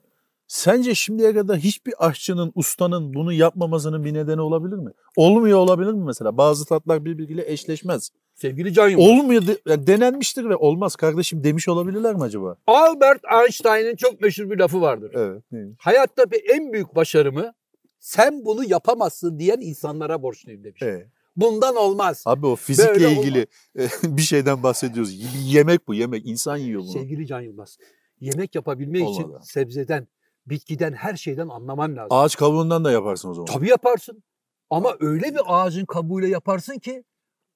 [SPEAKER 1] Sence şimdiye kadar hiçbir aşçının, ustanın bunu yapmamasının bir nedeni olabilir mi? Olmuyor olabilir mi mesela? Bazı tatlar birbiriyle eşleşmez.
[SPEAKER 2] sevgili Can Yılmaz.
[SPEAKER 1] Olmuyor, de- yani denenmiştir ve olmaz kardeşim demiş olabilirler mi acaba?
[SPEAKER 2] Albert Einstein'ın çok meşhur bir lafı vardır.
[SPEAKER 1] Evet. neymiş?
[SPEAKER 2] Hayatta bir en büyük başarımı sen bunu yapamazsın diyen insanlara borçluyum demiş.
[SPEAKER 1] Evet.
[SPEAKER 2] Bundan olmaz.
[SPEAKER 1] Abi o fizikle
[SPEAKER 2] Böyle
[SPEAKER 1] ilgili e, bir şeyden bahsediyoruz. Y- Yemek bu yemek. İnsan yiyor bunu.
[SPEAKER 2] Sevgili Can Yılmaz, yemek yapabilmek için
[SPEAKER 1] Olmadı.
[SPEAKER 2] sebzeden, bitkiden, her şeyden anlaman lazım.
[SPEAKER 1] Ağaç kabuğundan da yaparsın o zaman.
[SPEAKER 2] Tabii yaparsın. Ama öyle bir ağacın kabuğuyla yaparsın ki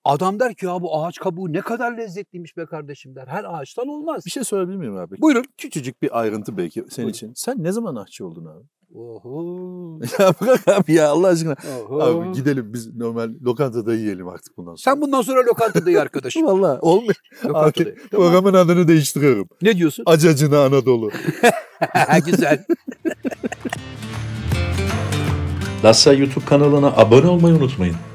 [SPEAKER 2] adam der ki ya bu ağaç kabuğu ne kadar lezzetliymiş be kardeşim der. Her ağaçtan olmaz.
[SPEAKER 1] Bir şey sorabilir miyim abi?
[SPEAKER 2] Buyurun.
[SPEAKER 1] Küçücük bir ayrıntı belki senin
[SPEAKER 2] Buyurun.
[SPEAKER 1] için. Sen ne zaman aşçı oldun abi?
[SPEAKER 2] Oho.
[SPEAKER 1] ya bırak abi ya Allah aşkına.
[SPEAKER 2] Oho.
[SPEAKER 1] Abi gidelim biz normal lokantada yiyelim artık bundan sonra.
[SPEAKER 2] Sen bundan sonra lokantada ye arkadaşım.
[SPEAKER 1] Valla olmuyor.
[SPEAKER 2] lokantada. ye. Tamam.
[SPEAKER 1] Programın adını değiştiriyorum.
[SPEAKER 2] Ne diyorsun?
[SPEAKER 1] Acacına Anadolu.
[SPEAKER 2] Güzel.
[SPEAKER 4] Lassa YouTube kanalına abone olmayı unutmayın.